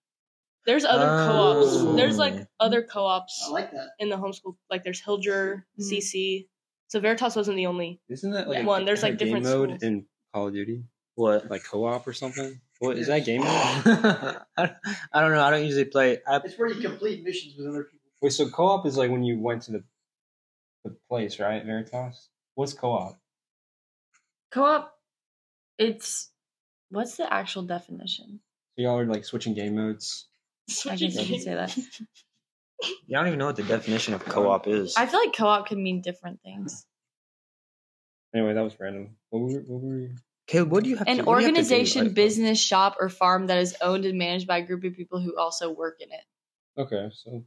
There's other Oh. co-ops. There's like other I co-ops like that. in the homeschool. Like there's Hilger, Mhm. CC. So Veritas wasn't the only. Isn't that like Yeah. One, there's, isn't like, that game different mode schools. in Call of Duty, what? like co-op or something. What is that game [LAUGHS] mode? I I don't know. I don't usually play. I, It's where you complete missions with other people. Wait, so co-op is like when you went to the the place, right? Veritas. What's co-op? Co-op it's what's the actual definition? So y'all are like switching game modes. I guess I can say that. yeah, I don't even know what the definition of co-op is. I feel like co-op can mean different [LAUGHS] things. Anyway, that was random. What were, what were you? Caleb, what do you have? An to, what do you have to do, organization, like- business, shop, or farm that is owned and managed by a group of people who also work in it. Okay, so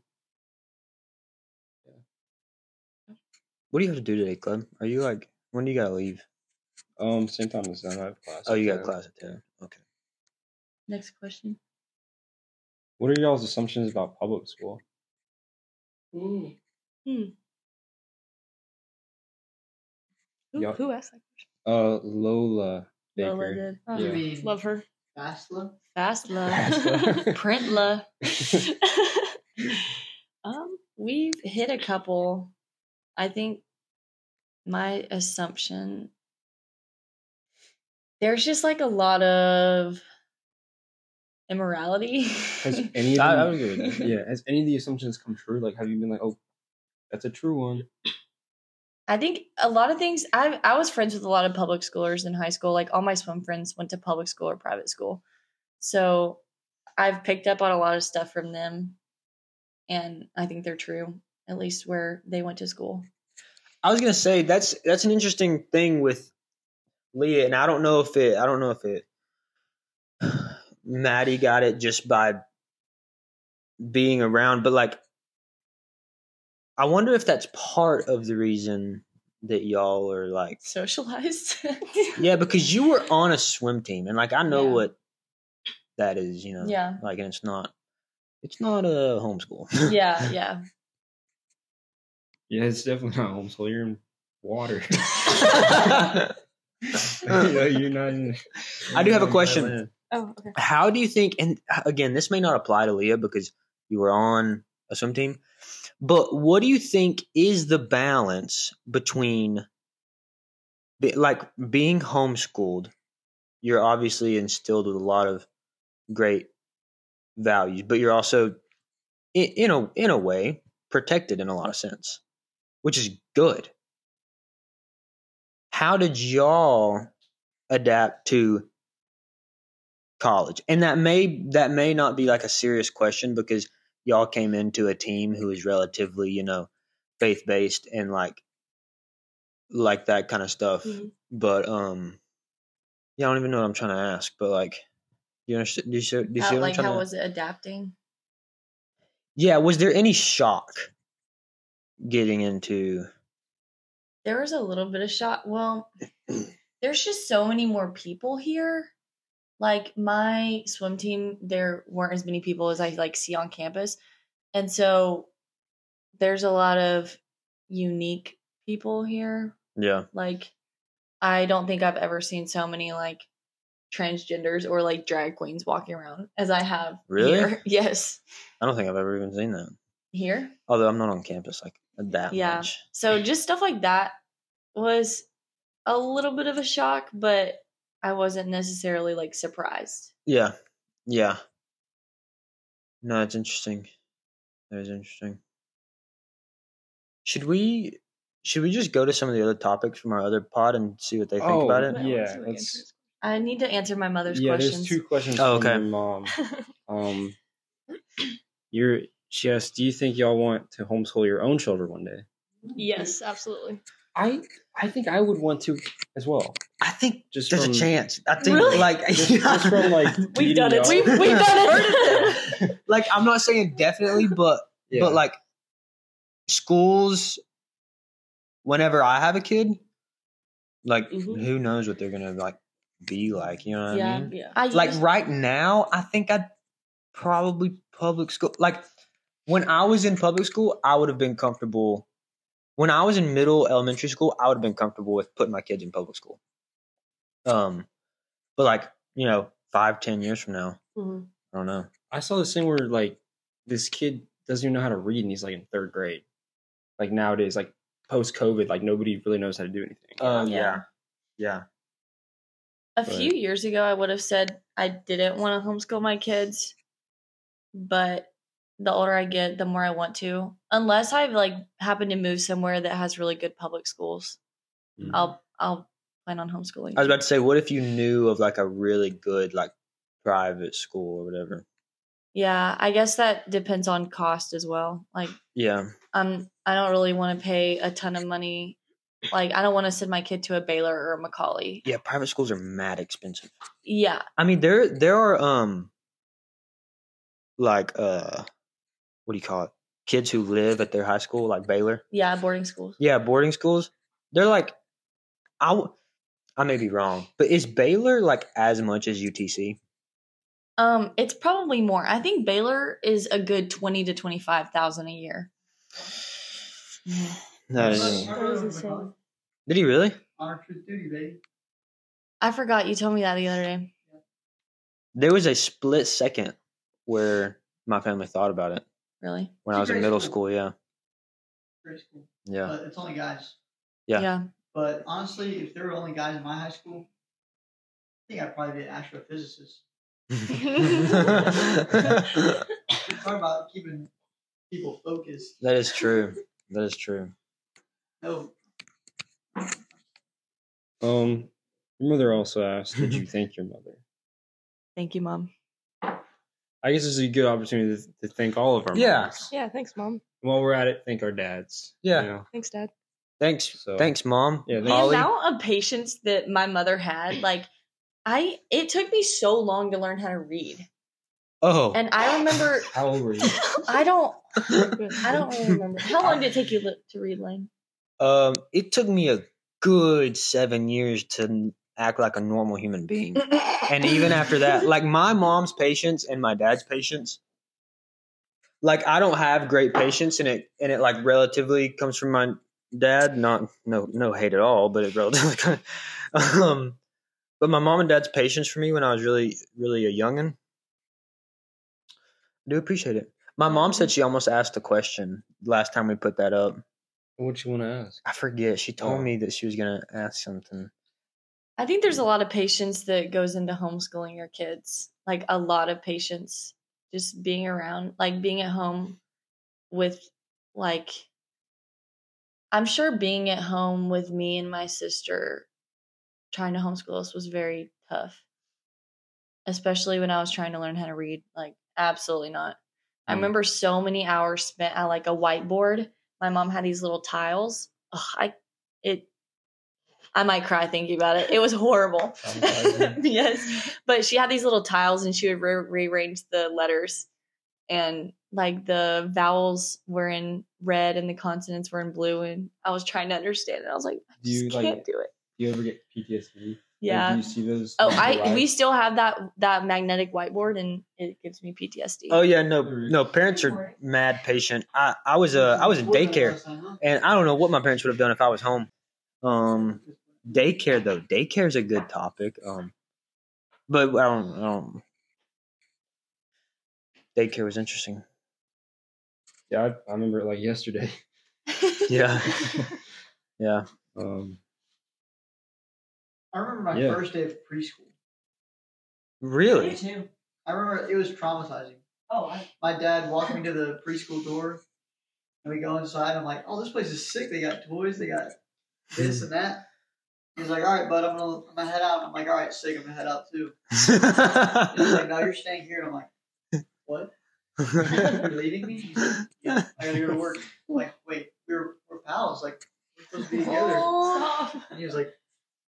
What do you have to do today, Club? Are you like? When do you gotta leave? um, same time as them, I have class. Oh, you got Okay. class at ten. Okay. Next question. What are y'all's assumptions about public school? Who, Yeah. who asked that? Uh, Lola Baker. Lola did. I Yeah. [LAUGHS] mean, Love her. [LAUGHS] Basla? Fast love. Fast Print love. um, we've hit a couple. I think my assumption there's just like a lot of immorality. [LAUGHS] Has any [LAUGHS] of I- I them- would agree with yeah, has any of the assumptions come true? Like, have you been like, oh, that's a true one? I think a lot of things I I was friends with a lot of public schoolers in high school. Like all my swim friends went to public school or private school. So I've picked up on a lot of stuff from them and I think they're true, at least where they went to school. [LAUGHS] I was gonna say that's that's an interesting thing with Leah, and I don't know if it I don't know if it Maddie got it just by being around, but like I wonder if that's part of the reason that y'all are like Socialized. [LAUGHS] Yeah, because you were on a swim team and like I know Yeah. what that is, you know. Yeah. Like and it's not it's not a homeschool. Yeah, yeah. Yeah, it's definitely not homeschool. You're in [LAUGHS] water. [LAUGHS] you're not. In, I do have a question. Oh, okay. [LAUGHS] how do you think and again this may not apply to leah because you were on a swim team but what do you think is the balance between be- like being homeschooled you're obviously instilled with a lot of great values but you're also in, in a in a way protected in a lot of sense which is good how did y'all adapt to college and that may that may not be like a serious question because y'all came into a team who is relatively you know faith based and like like that kind of stuff Mm-hmm. Mhm. but um yeah i don't even know what i'm trying to ask but like you understand do you see, do [LAUGHS] you see How, what i'm Uh, like trying how to was it adapting? yeah was there any shock getting into There was a little bit of [CLEARS THROAT] shot. Well, there's just so many more people here. Like my swim team, there weren't as many people as I like see on campus. And so there's a lot of unique people here. yeah Like I don't think I've ever seen so many like transgenders or like drag queens walking around as I have Really? here. [LAUGHS] Yes. i don't think i've ever even seen that Here. although i'm not on campus like that Yeah. much So just stuff like that was a little bit of a shock, but I wasn't necessarily like surprised. Yeah. Yeah. No, it's interesting. That is interesting. Should we should we just go to some of the other topics from our other pod and see what they think Oh, about But I it? wanna yeah, see what let's- answers. I need to answer my mother's yeah, questions. there's two questions Oh, from okay. your [LAUGHS] mom. Um, you're she asked, "Do you think y'all want to homeschool your own children one day?" [LAUGHS] Yes, absolutely. I I think I would want to as well. I think Just there's from- a chance. I think Really? like Just, just [LAUGHS] from [LAUGHS] like We've done it. meeting We've, [LAUGHS] y'all. we've done it. like I'm not saying definitely, but Yeah. but like schools whenever I have a kid, like Mhm. who knows what they're gonna like be like, you know what I Yeah, mean? yeah. I like used- right now, I think I'd probably public school. Like when I was in public school, I would have been comfortable. When I was in middle elementary school, I would have been comfortable with putting my kids in public school. Um, but like you know, five ten years from now, Mhm. I don't know. I saw this thing where like this kid doesn't even know how to read, and he's like in third grade. Like nowadays, like post COVID, like nobody really knows how to do anything. Oh Yeah. yeah. a few years ago, I would have said I didn't want to homeschool my kids, but the older I get, the more I want to. Unless I've like happened to move somewhere that has really good public schools, I'll I'll plan on homeschooling. Mm-hmm. I was about to say, what if you knew of like a really good like private school or whatever? yeah, I guess that depends on cost as well. Like Yeah, um, I don't really want to pay a ton of money. Like I don't want to send my kid to a Baylor or a Macaulay. yeah. Private schools are mad expensive. Yeah, I mean, there there are um, like uh, what do you call it? Kids who live at their high school, like Baylor. yeah, boarding schools. Yeah, boarding schools. They're like, I w- I may be wrong, but is Baylor like as much as UTC? Um, it's probably more. I think Baylor is a good twenty to twenty five thousand a year. No, no, no. Did he really? Honor truth duty, baby. I forgot you told me that the other day. There was a split second where my family thought about it Really? when I was in middle school. Yeah, Great school. yeah. But it's only guys. Yeah. But honestly, if there were only guys in my high school, I think I'd probably be an astrophysicist. that It's all about keeping people focused. is true. That is true. No, uh, Um, your mother also asked, "Did [LAUGHS] you thank your mother?" Thank you, mom. I guess this is a good opportunity to, to thank all of our Yeah. mothers. Yeah, thanks, mom. While we're at it, thank our dads. Yeah. know? Thanks, dad. Thanks, So- thanks, mom. Yeah, The thank- Holly? amount of patience that my mother had, like I it took me so long to learn how to read. Oh, And I remember How old were you? I don't Good. I don't really remember. How long did it take you li- to read Lane? Um, it took me a good seven years to n- act like a normal human being, and even after that, like my mom's patience and my dad's patience, like I don't have great patience, and it and it like relatively comes from my dad. Not no no hate at all, but it relatively. [LAUGHS] um, but my mom and dad's patience for me when I was really really a youngin. I do appreciate it. My mom said she almost asked a question last time we put that up. what you want to ask? I forget. She told Oh. me that she was gonna ask something. I think there's a lot of patience that goes into homeschooling your kids. Like a lot of patience. Just being around, like being at home with like I'm sure being at home with me and my sister trying to homeschool us was very tough. Especially when I was trying to learn how to read. Like absolutely not. I Mm. remember so many hours spent at like a whiteboard. My mom had these little tiles. Ugh, I it I might cry thinking about it. It was horrible. [LAUGHS] [LAUGHS] yes. But she had these little tiles and she would re- rearrange the letters and like the vowels were in red and the consonants were in blue and I was trying to understand it. I was like, I Do you just like? can't Do do it. you ever get PTSD? Like, do Yeah. you see those? Oh, those I we arrive? still have that that magnetic whiteboard and it gives me PTSD. Oh yeah, no, no. Parents are mad patient. I I was uh, I was in daycare, and I don't know what my parents would have done if I was home. Um, daycare though, daycare is a good topic. Um, but I don't, I don't. Daycare was interesting. Yeah, I, I remember it like yesterday. [LAUGHS] Yeah, yeah. Um, I remember my Yeah. first day of preschool. Me Really? [LAUGHS] too. I remember it was traumatizing. Oh, I, My dad walked me to the preschool door, And we go inside. I'm like, oh, this place is sick. They got toys. They got this and that. He's like, all right, bud, I'm gonna, I'm gonna head out. I'm like, all right, sick. I'm gonna head out too. And he's like, no, you're staying here. And I'm like, what? You're leaving me? He's like, yeah, I gotta go to work. I'm like, wait, we're we're pals. Like, we're supposed to be together. Stop. And he was like,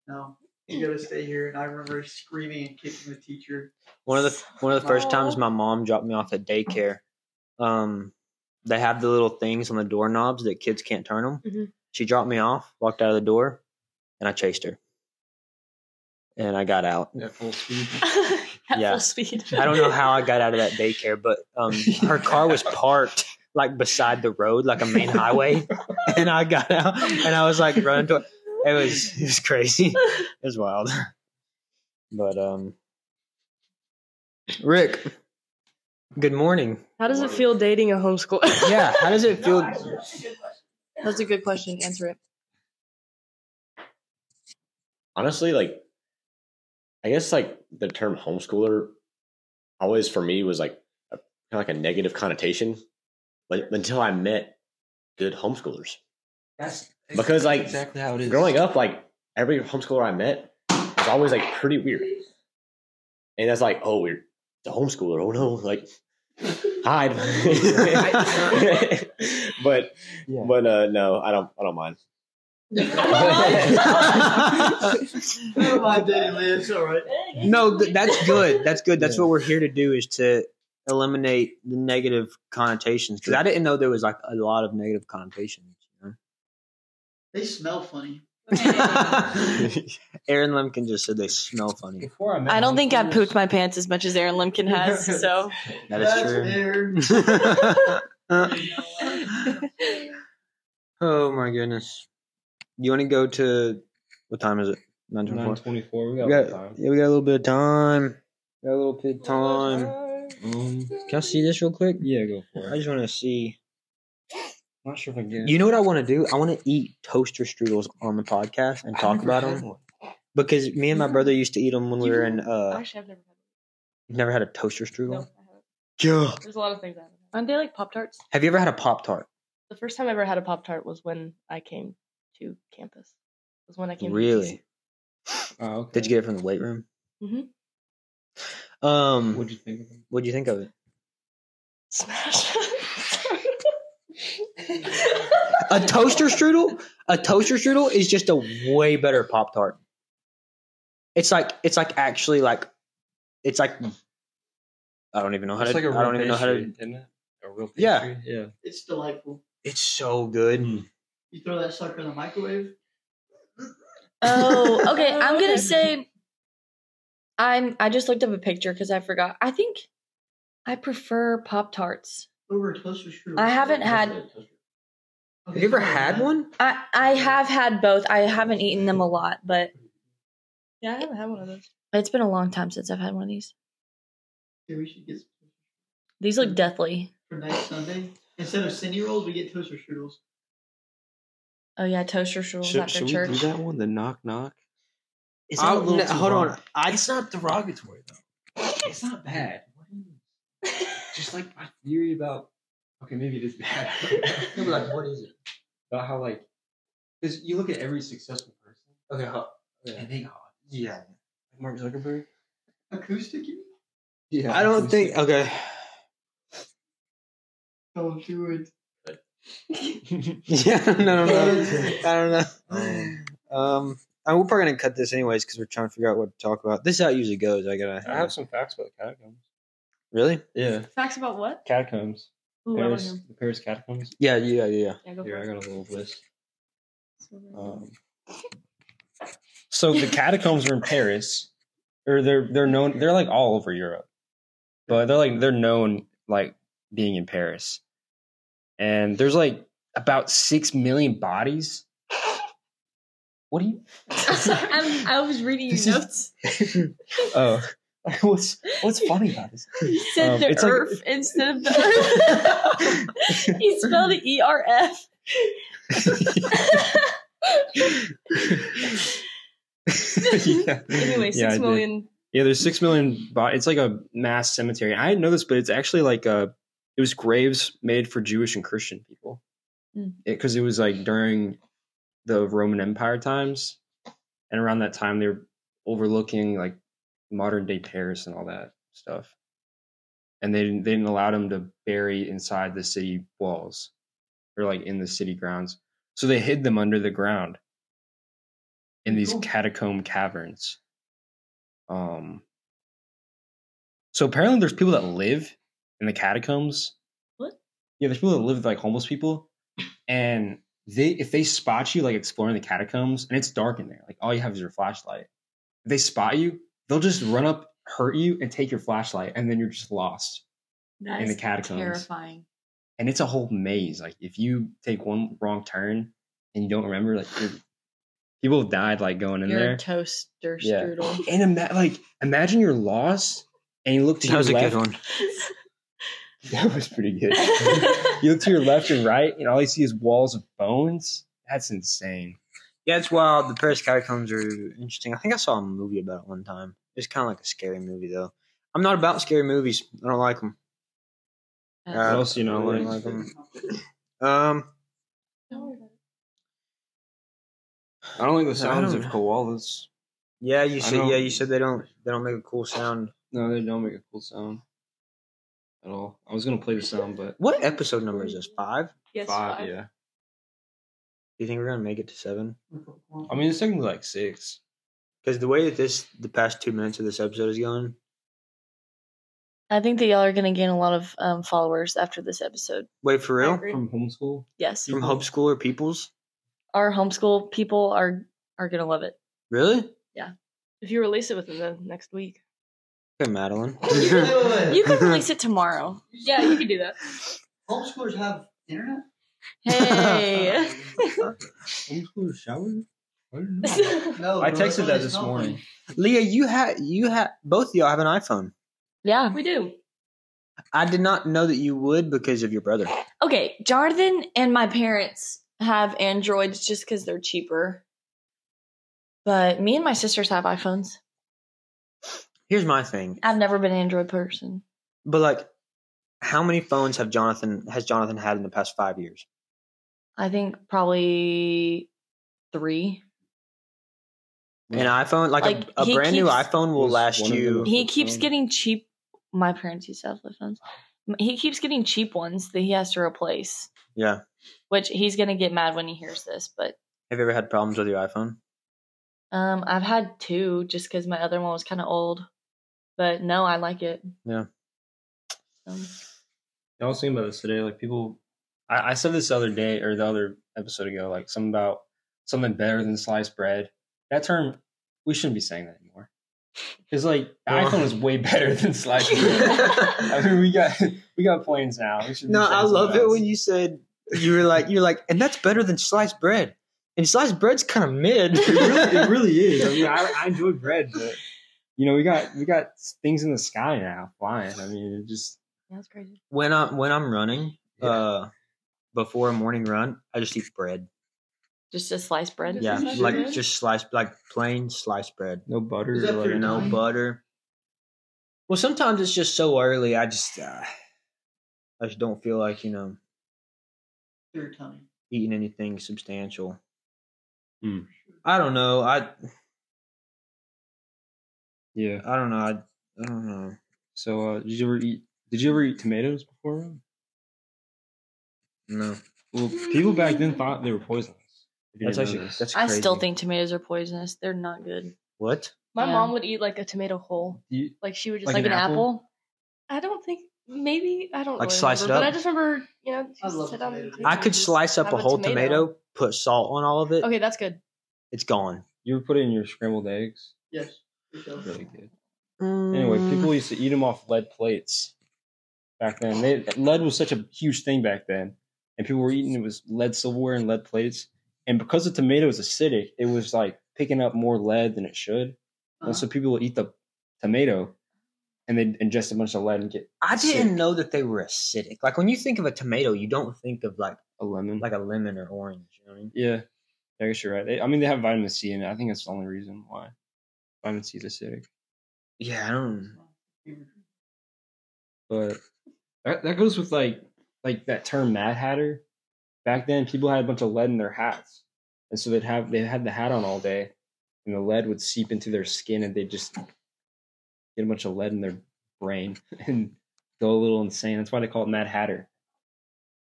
no, you gotta stay here. And I remember screaming and kicking the teacher. one of the one of the first Aw. times my mom dropped me off at daycare, um, they have the little things on the doorknobs that kids can't turn them. Mhm. She dropped me off, walked out of the door, and I chased her, and I got out. At full speed. At Yeah. full speed. I don't know how I got out of that daycare, but um, her car was parked like beside the road, like a main highway, [LAUGHS] and I got out and I was like running to it. Was it was crazy? It was wild. But um, Rick, good morning. How does it feel dating a homeschool? Yeah, how does it feel? No, actually, that's a good question. [LAUGHS] That's a good question. [LAUGHS] Answer it. honestly, like, I guess like the term homeschooler always for me was like a, kind of like a negative connotation, but until I met good homeschoolers, That's Because, like, exactly how it growing up, like every homeschooler I met was always like pretty weird, and that's like, oh, we're the homeschooler. Oh no, like hide. [LAUGHS] but Yeah. but uh, no, I don't. I don't mind. Never mind, Daddy lives. All right. [LAUGHS] no, good- that's good. That's good. That's what we're here to do is to eliminate the negative connotations because I didn't know there was like a lot of negative connotations. You They smell funny. [LAUGHS] know? [LAUGHS] Aaron Lemkin just said they smell funny. [LAUGHS] Before I met I don't think I've homeschoolers- pooped my pants as much as Aaron Limkin has, so That is That's true. weird. oh my goodness! You want to go to what time is it? Nine twenty-four. 924. We We got, got, time. yeah, we got a little bit of time. Got a little bit of [LAUGHS] time. [LAUGHS] Um, Can I see this real quick? yeah, go for I it. just want to see. I'm not sure if I get it. You know what I want to do? I want to eat toaster strudels on the podcast and talk about them because me and my brother used to eat them when we were in. uh Actually, I've never had You've never had a toaster it. No, I strudel? haven't. Yeah. There's a lot of things I haven't had. aren't they like Pop Tarts? Have you ever had a pop tart? The first time I ever had a Pop Tart was when I came to campus. Was when I came to UTC. Really? Oh, okay. Did you get it from the weight room? Mhm. Mm-hmm. Um, What'd you think of them? what'd you think of it? [LAUGHS] Smash. A toaster strudel? A toaster strudel is just a way better pop tart. It's like it's like actually like it's like I don't even know how It's to like a real I don't even know how to pastry, isn't it? A real pastry? Yeah. Yeah. It's delightful. It's so good. Mm. You throw that sucker in the microwave. Oh, [LAUGHS] okay. I'm gonna say I'm I just looked up a picture because I forgot. I think I prefer Pop Tarts. Over a toaster strudel. I haven't had Have you ever had one? I I have had both. I haven't eaten them a lot, but yeah, I haven't had one of those. it's been a long time since I've had one of these. Yeah, we should get some These look deathly. for next Sunday. Instead of Cindy rolls, we get toaster strudels. Oh yeah, toaster strudels Should, after should we church. do that one? The knock knock? It's I'll- a little no, too hold hard. on. I It's not derogatory though. It's not bad. What do you mean? Just like my theory about okay, maybe it is bad. [LAUGHS] No, but like, what is it about how like because you look at every successful person, okay, how, and they "Oh, got yeah, like Mark Zuckerberg. Acoustic? You Yeah, I don't think okay. don't do it. [LAUGHS] Yeah, no, no, [LAUGHS] no. I don't know. Um, and we're probably gonna cut this anyways because we're trying to figure out what to talk about. This is how it usually goes. I gotta I have some facts about the catacombs. really. Yeah, Facts about what? catacombs. Ooh, I want Paris, to hear. the Paris catacombs. Yeah, yeah, yeah. Yeah, go for Here, I it. got a little list. Um, so the catacombs were in Paris, or they're they're known they're like all over Europe, but they're like they're known like being in Paris, and there's like about six million bodies. What do you? [LAUGHS] I'm- I was reading your This is- notes. Oh, [LAUGHS] what's what's funny about this? [LAUGHS] You said Um, the it's like- earth [LAUGHS] instead of the earth. he spelled it E R F. yeah. [LAUGHS] Anyway, Yeah, I six did. million. Yeah, there's six million. Bo- it's like a mass cemetery. I didn't know this, but it's actually like a. It was graves made for Jewish and Christian people. Mm. because it, was like during the Roman Empire times, and around that time they were overlooking like modern day Paris and all that stuff, and they didn't, they didn't allow them to bury inside the city walls or like in the city grounds, so they hid them under the ground in these Cool. catacomb caverns. Um, so apparently, there's people that live in the catacombs. What? Yeah, there's people that live with, like homeless people, and they if they spot you like exploring the catacombs and it's dark in there, like all you have is your flashlight. If they spot you, they'll just run up, hurt you, and take your flashlight, and then you're just lost. That In is the catacombs. terrifying. And it's a whole maze. Like if you take one wrong turn and you don't remember, like you're- people have died like going in You're there. a toaster Yeah. strudel. and ima- like imagine you're lost and you look to That was a your left. good one. [LAUGHS] That was pretty good. you look to your left and right, and all you see is walls of bones. That's insane. Yeah, it's wild. The Paris catacombs are interesting. I think I saw a movie about it one time. It's kind of like a scary movie, though. I'm not about scary movies. I don't like them. What else do you know? Really Like, like 'em. Um, I don't like the sounds of koalas. yeah, you I said don't- yeah, you said they don't they don't make a cool sound. No, they don't make a cool sound at all. I was gonna play the sound, but What episode number is this? Five? Do Yes, five, five. yeah. you think we're gonna make it to seven? Oh. I mean, it's technically like six. Because the way that this the past two minutes of this episode is going, I think that y'all are going to gain a lot of um, followers after this episode. wait for I real agree. From homeschool, Yes, from homeschooler peoples, our homeschool people are are going to love it. really? If you release it within the next week. Okay, Madeline. You can do it. You could release it [LAUGHS] tomorrow. Yeah, you can do that. Homeschoolers have internet. Hey, homeschool shower. [LAUGHS] [LAUGHS] No, I bro, texted that that's this not- morning. Leah, you had you had both of y'all have an iPhone. yeah. we do. I did not know that you would because of your brother. Okay, Jonathan and my parents have Androids just because they're cheaper. But me and my sisters have iPhones. Here's my thing, I've never been an Android person. but like, how many phones have Jonathan has Jonathan had in the past five years? I think probably three. An iPhone, like, Like, a, a he brand new keeps- iPhone, will Was last one of you. them- He keeps phone. getting cheap. My parents used to have flip phones. He keeps getting cheap ones that he has to replace. Yeah. Which he's gonna get mad when he hears this, but Have you ever had problems with your [LAUGHS] iPhone? [LAUGHS] um, I've had two just because my other one was kind of old. But no, I like it. Yeah. Um, I was thinking about this today. Like people, I, I said this the other day or the other episode ago. Like something about something better than sliced bread. That term, we shouldn't be saying that anymore. Because like the Well- iPhone is way [LAUGHS] better than sliced [LAUGHS] bread. I mean, we got we got planes now. We should be no, saying I love something it else. when you said you were like you're like, and that's better than sliced bread. And sliced bread's kind of [LAUGHS] mid. It really, it really is. I mean, I, I enjoy bread, but you know, we got we got things in the sky now flying. I mean, it just that's crazy. when I when I'm running, Yeah. uh, before a morning run, I just eat bread. Just a sliced bread. Just Yeah, sliced like bread? just sliced, like plain sliced bread. no butter. Is that like, for your No Really? butter. Well, sometimes it's just so early. I just, uh, I just don't feel like you know Third time. eating anything substantial. Hmm. I don't know. I yeah. I don't know. I, I don't know. So uh, did you ever eat? Did you ever eat tomatoes before? No, Well, people back then thought they were poisonous. If you that's didn't actually know this. that's I crazy. still think tomatoes are poisonous. They're not good. what? My Yeah. mom would eat like a tomato whole. You- Like she would just Like like, Like an, an apple? I don't think maybe I don't Like really slice it remember, up? But I just remember, you know, I she love sit down tomatoes. and I could just slice up have a whole tomato. put salt on all of it. Okay, that's good. It's gone. you ever put it in your scrambled eggs? Yes. it does. Really good. Mm. Anyway, Mm, people used to eat them off lead plates back then. They, lead was such a huge thing back then, and people were eating it was lead silverware and lead plates. And because the tomato is acidic, it was like picking up more lead than it should. And so people would eat the tomato, and they ingest a bunch of lead and get I didn't sick. know that they were acidic. Like when you think of a tomato, you don't think of like a lemon. like a lemon or orange. You know what I mean? Yeah, I guess you're right. They, I mean, they have vitamin C in it. I think that's the only reason why vitamin C is acidic. Yeah, I don't. But that, that goes with like like that term Mad Hatter. back then people had a bunch of lead in their hats, and so they'd have they had the hat on all day, and the lead would seep into their skin, and they would just get a bunch of lead in their brain [LAUGHS] and go a little insane. That's why they call it Mad Hatter.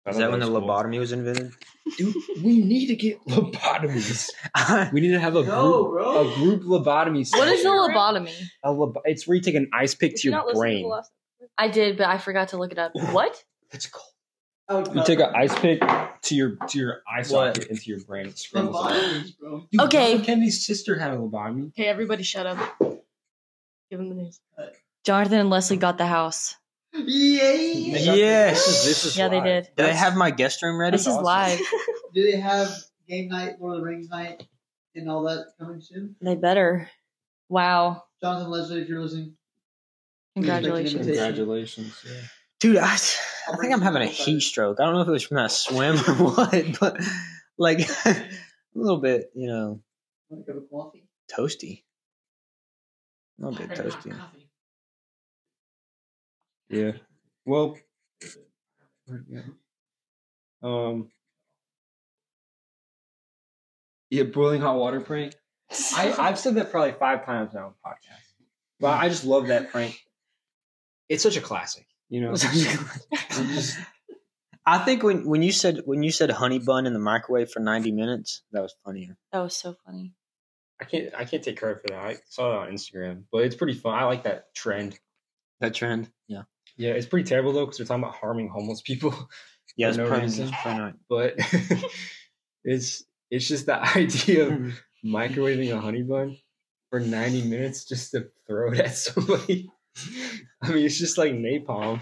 I Is thought that when the was cool. lobotomy was invented? Dude, we need to get lobotomies. We need to have a No, group, bro. a group lobotomy. What is the session. lobotomy? A lob- it's where you take an ice pick Did to you your not listen to the brain. last- I did, but I forgot to look [CLEARS THROAT] it up. What? It's cold. I would You take an ice pick to your to your eye socket into your brain. It from [LAUGHS] scrambles it up. bodies, bro. Dude, Okay. John F. Kennedy's sister had a lobotomy. Okay, everybody shut up. Give him the news. Jonathan and Leslie got the house. Yay! Yes. This is- this is Yeah, they live. did. Do I have my guest room ready? This is awesome. live. Do they have game night, Lord of the Rings night, and all that coming soon? They better. Wow. Jonathan Leslie, if you're listening, Congratulations. Congratulations. Yeah. Dude, I, I think I'm having a heat stroke. I don't know if it was from that swim [LAUGHS] or what, but like [LAUGHS] a little bit, you know, want to go to coffee? toasty. A little Oh bit toasty. Yeah. Well. Um. Yeah, boiling hot water prank. I, I've said that probably five times now on the podcast, but I just love that prank. It's such a classic, you know. I think when, when you said when you said honey bun in the microwave for 90 minutes, that was funnier. That was so funny. I can't, I can't take credit for that. I saw that on Instagram, but it's pretty fun. I like that trend. That trend? Yeah. Yeah, it's pretty terrible though because we're talking about harming homeless people. [LAUGHS] Yeah, it's For no probably, reason. it's probably not. but it's it's just the [LAUGHS] idea of Mhm. microwaving a honey bun for 90 minutes just to throw it at [LAUGHS] somebody. I mean, it's just [LAUGHS] like napalm.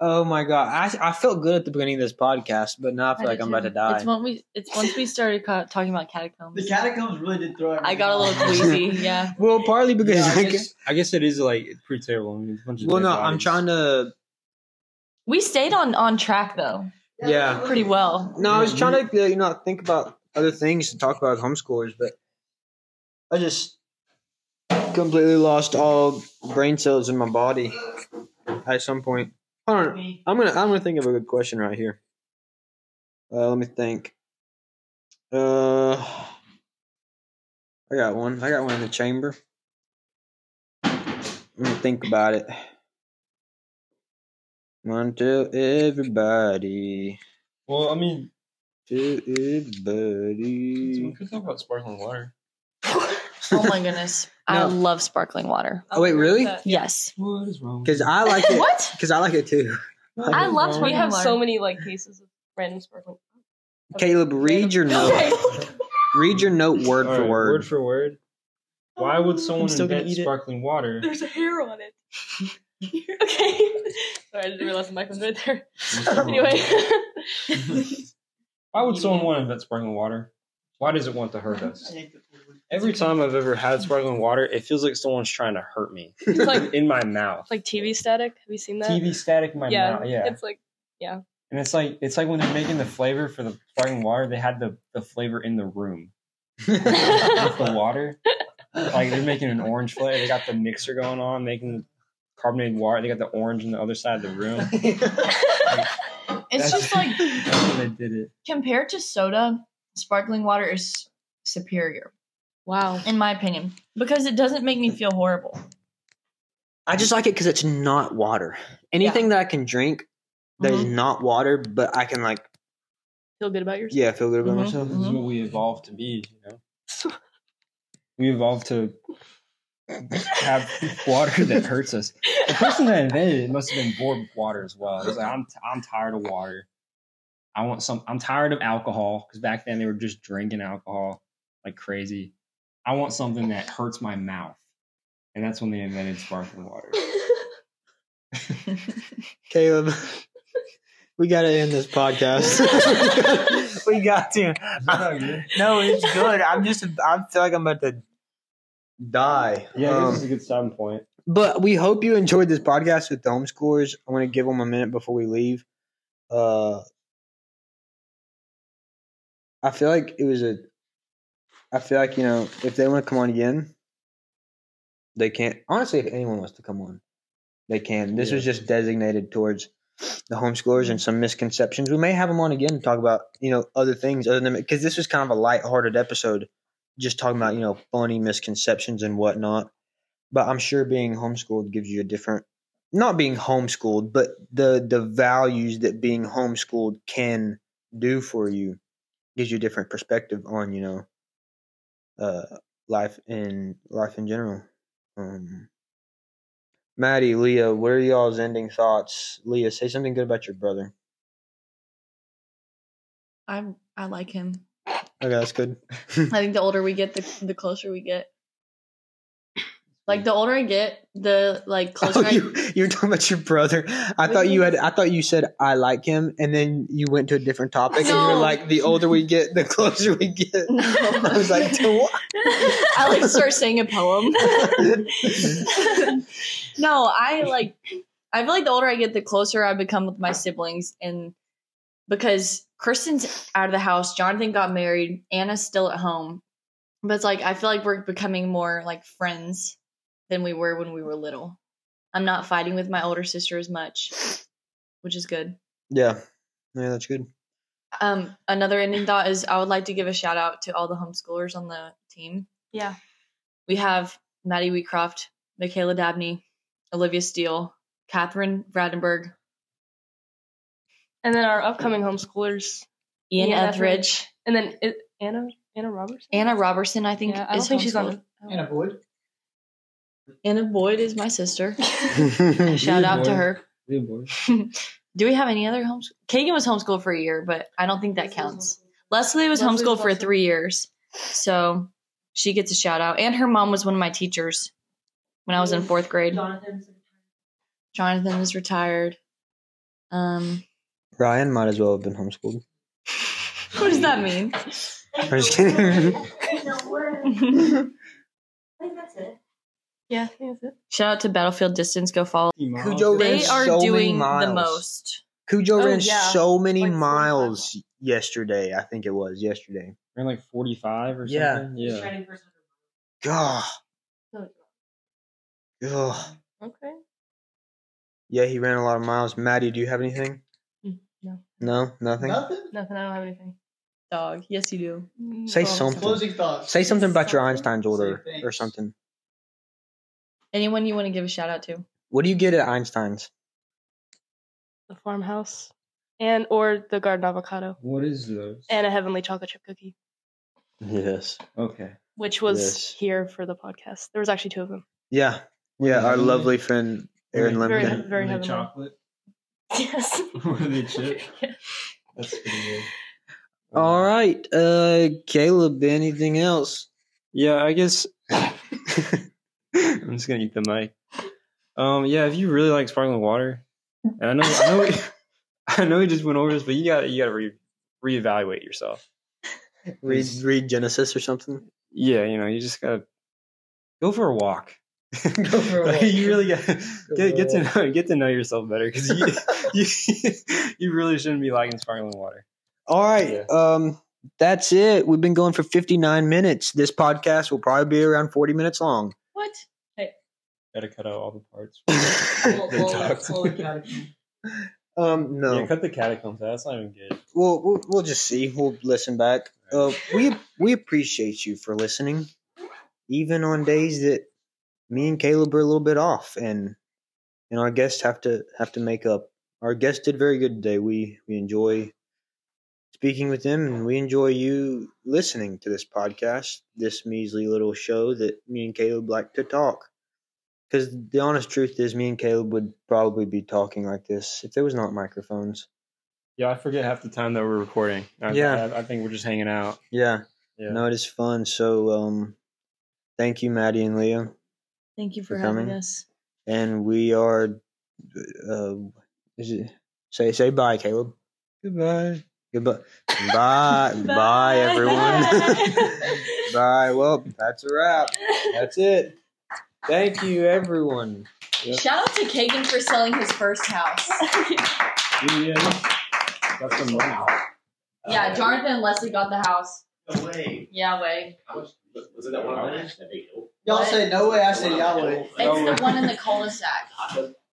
Oh my god. I I felt good at the beginning of this podcast, but now I feel like I'm about to die. It's when we. It's once we started co- talking about catacombs. The catacombs really did throw. I got a [LAUGHS] little [LAUGHS] queasy. Yeah. well, partly because Yeah, I, I guess, I guess it is like it's pretty terrible. I mean, it's a bunch of well, dead no, I'm bodies. trying to We stayed on on track though, Yeah. pretty well. No, I was Mhm. trying to uh, you know think about other things to talk about with homeschoolers, but I just completely lost all brain cells in my body at some point. Hold on, I'm gonna I'm gonna think of a good question right here. Uh, let me think. Uh, I got one. I got one in the chamber. Let me think about it. One to everybody. Well, I mean, To we everybody. could talk about sparkling water. Oh my goodness, I No. love sparkling water. Oh wait, really? Yes. What is wrong? Because I like it. What? Because I like it too. I love We sparkling have water. so many like cases of random sparkling. Caleb, read [LAUGHS] your note. [LAUGHS] Read your note word for word. Oh, Word for word. Why would someone still gonna invent eat it. [LAUGHS] sparkling water? There's a hair on it. [LAUGHS] okay. [LAUGHS] Sorry, I didn't realize the mic was right [LAUGHS] there. Anyway. [LAUGHS] Why would someone want to invent sparkling water? Why does it want to hurt us? Every time I've ever had sparkling water, it feels like someone's trying to hurt me it's like in my mouth. it's like TV static. Have you seen that? TV static in my yeah, mouth, yeah. It's like And it's like it's like when they're making the flavor for the sparkling water, they had the, the flavor in the room with the water. Like they're making an orange flavor. They got the mixer going on, making the carbonated water. They got the orange on the other side of the room. [LAUGHS] It's That's- just [LAUGHS] like That's when they did it. compared to soda, sparkling water is superior, wow. in my opinion, because it doesn't make me feel horrible. I just like it because it's not water. Anything that I can drink that is not water, but I can like Feel good about yourself. yeah feel good about Mhm. myself. This is what we evolved to be, you know. We evolved to have water that hurts us. The person that invented it must have been bored with water as well. He's like, I'm I'm tired of water. I want some. I'm tired of alcohol because back then they were just drinking alcohol like crazy. I want something that hurts my mouth, and that's when they invented sparkling water. Caleb, [LAUGHS] we gotta end this podcast. [LAUGHS] we got to. No, it's good. I'm just. I feel like I'm about to die. Yeah, Um, this is a good starting point. But we hope you enjoyed this podcast with the homeschoolers. I want to give them a minute before we leave. Uh, I feel like it was a. I feel like you know if they want to come on again, they can't. Honestly, if anyone wants to come on, they can. This was just designated towards the homeschoolers and some misconceptions. We may have them on again to talk about you know other things other than because this was kind of a lighthearted episode, just talking about you know funny misconceptions and whatnot. But I'm sure being homeschooled gives you a different, not being homeschooled, but the the values that being homeschooled can do for you gives you a different perspective on you know uh life in life in general. Um, Maddie, Leah, what are y'all's ending thoughts? Leah, say something good about your brother. I I like him. Okay, that's good. I think the older we get, the the closer we get. Like the older I get, the like closer Oh, I you you're talking about your brother. I thought you had. I thought you said I like him, and then you went to a different topic, and you were No. like, "The older we get, the closer we get." No. [LAUGHS] I was like, "To what?" [LAUGHS] I like start saying [LAUGHS] a poem. [LAUGHS] no, I like I feel like the older I get, the closer I become with my siblings and because Kristen's out of the house, Jonathan got married, Anna's still at home. But it's like I feel like we're becoming more like friends than we were when we were little. I'm not fighting with my older sister as much, which is good. Yeah, yeah, that's good. [LAUGHS] Um, another ending thought is I would like to give a shout out to all the homeschoolers on the team. Yeah. We have Maddie Wheatcroft, Michaela Dabney, Olivia Steele, Catherine Bradenberg, And then our upcoming homeschoolers, Ian Yeah, that's right. Etheridge, and then it, Anna Anna Roberts. Anna Robertson, I think Yeah, I don't is think she's on. homeschooled. the- And avoid. Anna Boyd is my [LAUGHS] sister. shout out to her. [LAUGHS] Do we have any other homes? Kagan was homeschooled for a year, but I don't think that counts. Leslie was Leslie was homeschooled for homeschooled. three years, so she gets a shout out. And her mom was one of my teachers when I was in fourth grade. Jonathan's. Jonathan is retired. Um, Ryan might as well have been homeschooled. what does that mean? I'm just [LAUGHS] kidding. Yeah, I think that's it. Shout out to Battlefield Distance. Go follow. Cujo ran They are so many doing the miles. most. Cujo Oh, ran yeah. so many Like 45 miles yesterday. I think it was yesterday. Ran like 45 or Yeah. something. Yeah. God, No, God. Okay. Yeah, he ran a lot of miles. Maddie, do you have anything? Mm, no. No, nothing. Nothing. Nothing. I don't have anything. Dog. Yes, you do. Say Well, something. Closing thoughts. Say something about your Something. Einstein's order Say or thanks. something. Anyone you want to give a shout out to? What do you get at Einstein's? The farmhouse, and or the garden avocado, What is those? and a heavenly chocolate chip cookie, Yes. Okay. which was Yes. here for the podcast. There was actually two of them. Yeah. Yeah. Our lovely friend Mm-hmm. Aaron Very Lemkin. heav- very Were they [LAUGHS] heavenly. chocolate? [LAUGHS] Yes. Were they chip? That's pretty good. Um, All right. Uh, Caleb, anything else? Yeah, I guess [LAUGHS] I'm just gonna eat the mic. Um, yeah, if you really like sparkling water, and I know, I know, [LAUGHS] we, I know we just went over this, but you got to you got to re reevaluate yourself. Read, Yes. read Genesis or something? Yeah, you know, you just gotta go for a walk. [LAUGHS] Go for a walk. [LAUGHS] you really got for a get, get to know get to know yourself better because you, [LAUGHS] you you really shouldn't be liking sparkling water. All right. Um, that's it. We've been going for 59 minutes. This podcast will probably be around 40 minutes [LAUGHS] long. What? Gotta cut out all the parts. [LAUGHS] um, no. Yeah, cut the catacombs out. That's not even good. we'll, we'll we'll just see. We'll listen back. Uh, we we appreciate you for listening, even on days that me and Caleb are a little bit off, and and our guests have to have to make up. Our guests did very good today. We we enjoy speaking with them, and we enjoy you listening to this podcast, this measly little show that me and Caleb like to talk. Because the honest truth is, me and Caleb would probably be talking like this if there was not microphones. Yeah, I forget half the time that we're recording. I, Yeah. I, I think we're just hanging out. Yeah. Yeah. No, it is fun. So, um, thank you, Maddie and Leah, Thank you for, For having coming. us. and we are. Uh, is it say say bye, Caleb? Goodbye. Goodbye. Bye. bye, everyone. [LAUGHS] bye. Well, that's a wrap. That's it. Thank you, everyone. Shout out to Kagan for selling his first [LAUGHS] house. Yeah. Got some money. yeah, Jonathan and Leslie got the house. Away. Yahweh. Was it that one? I mentioned? That big hill? Y'all say no way. I say The one on the Yahweh. hill? It's the one in the cul-de-sac. I-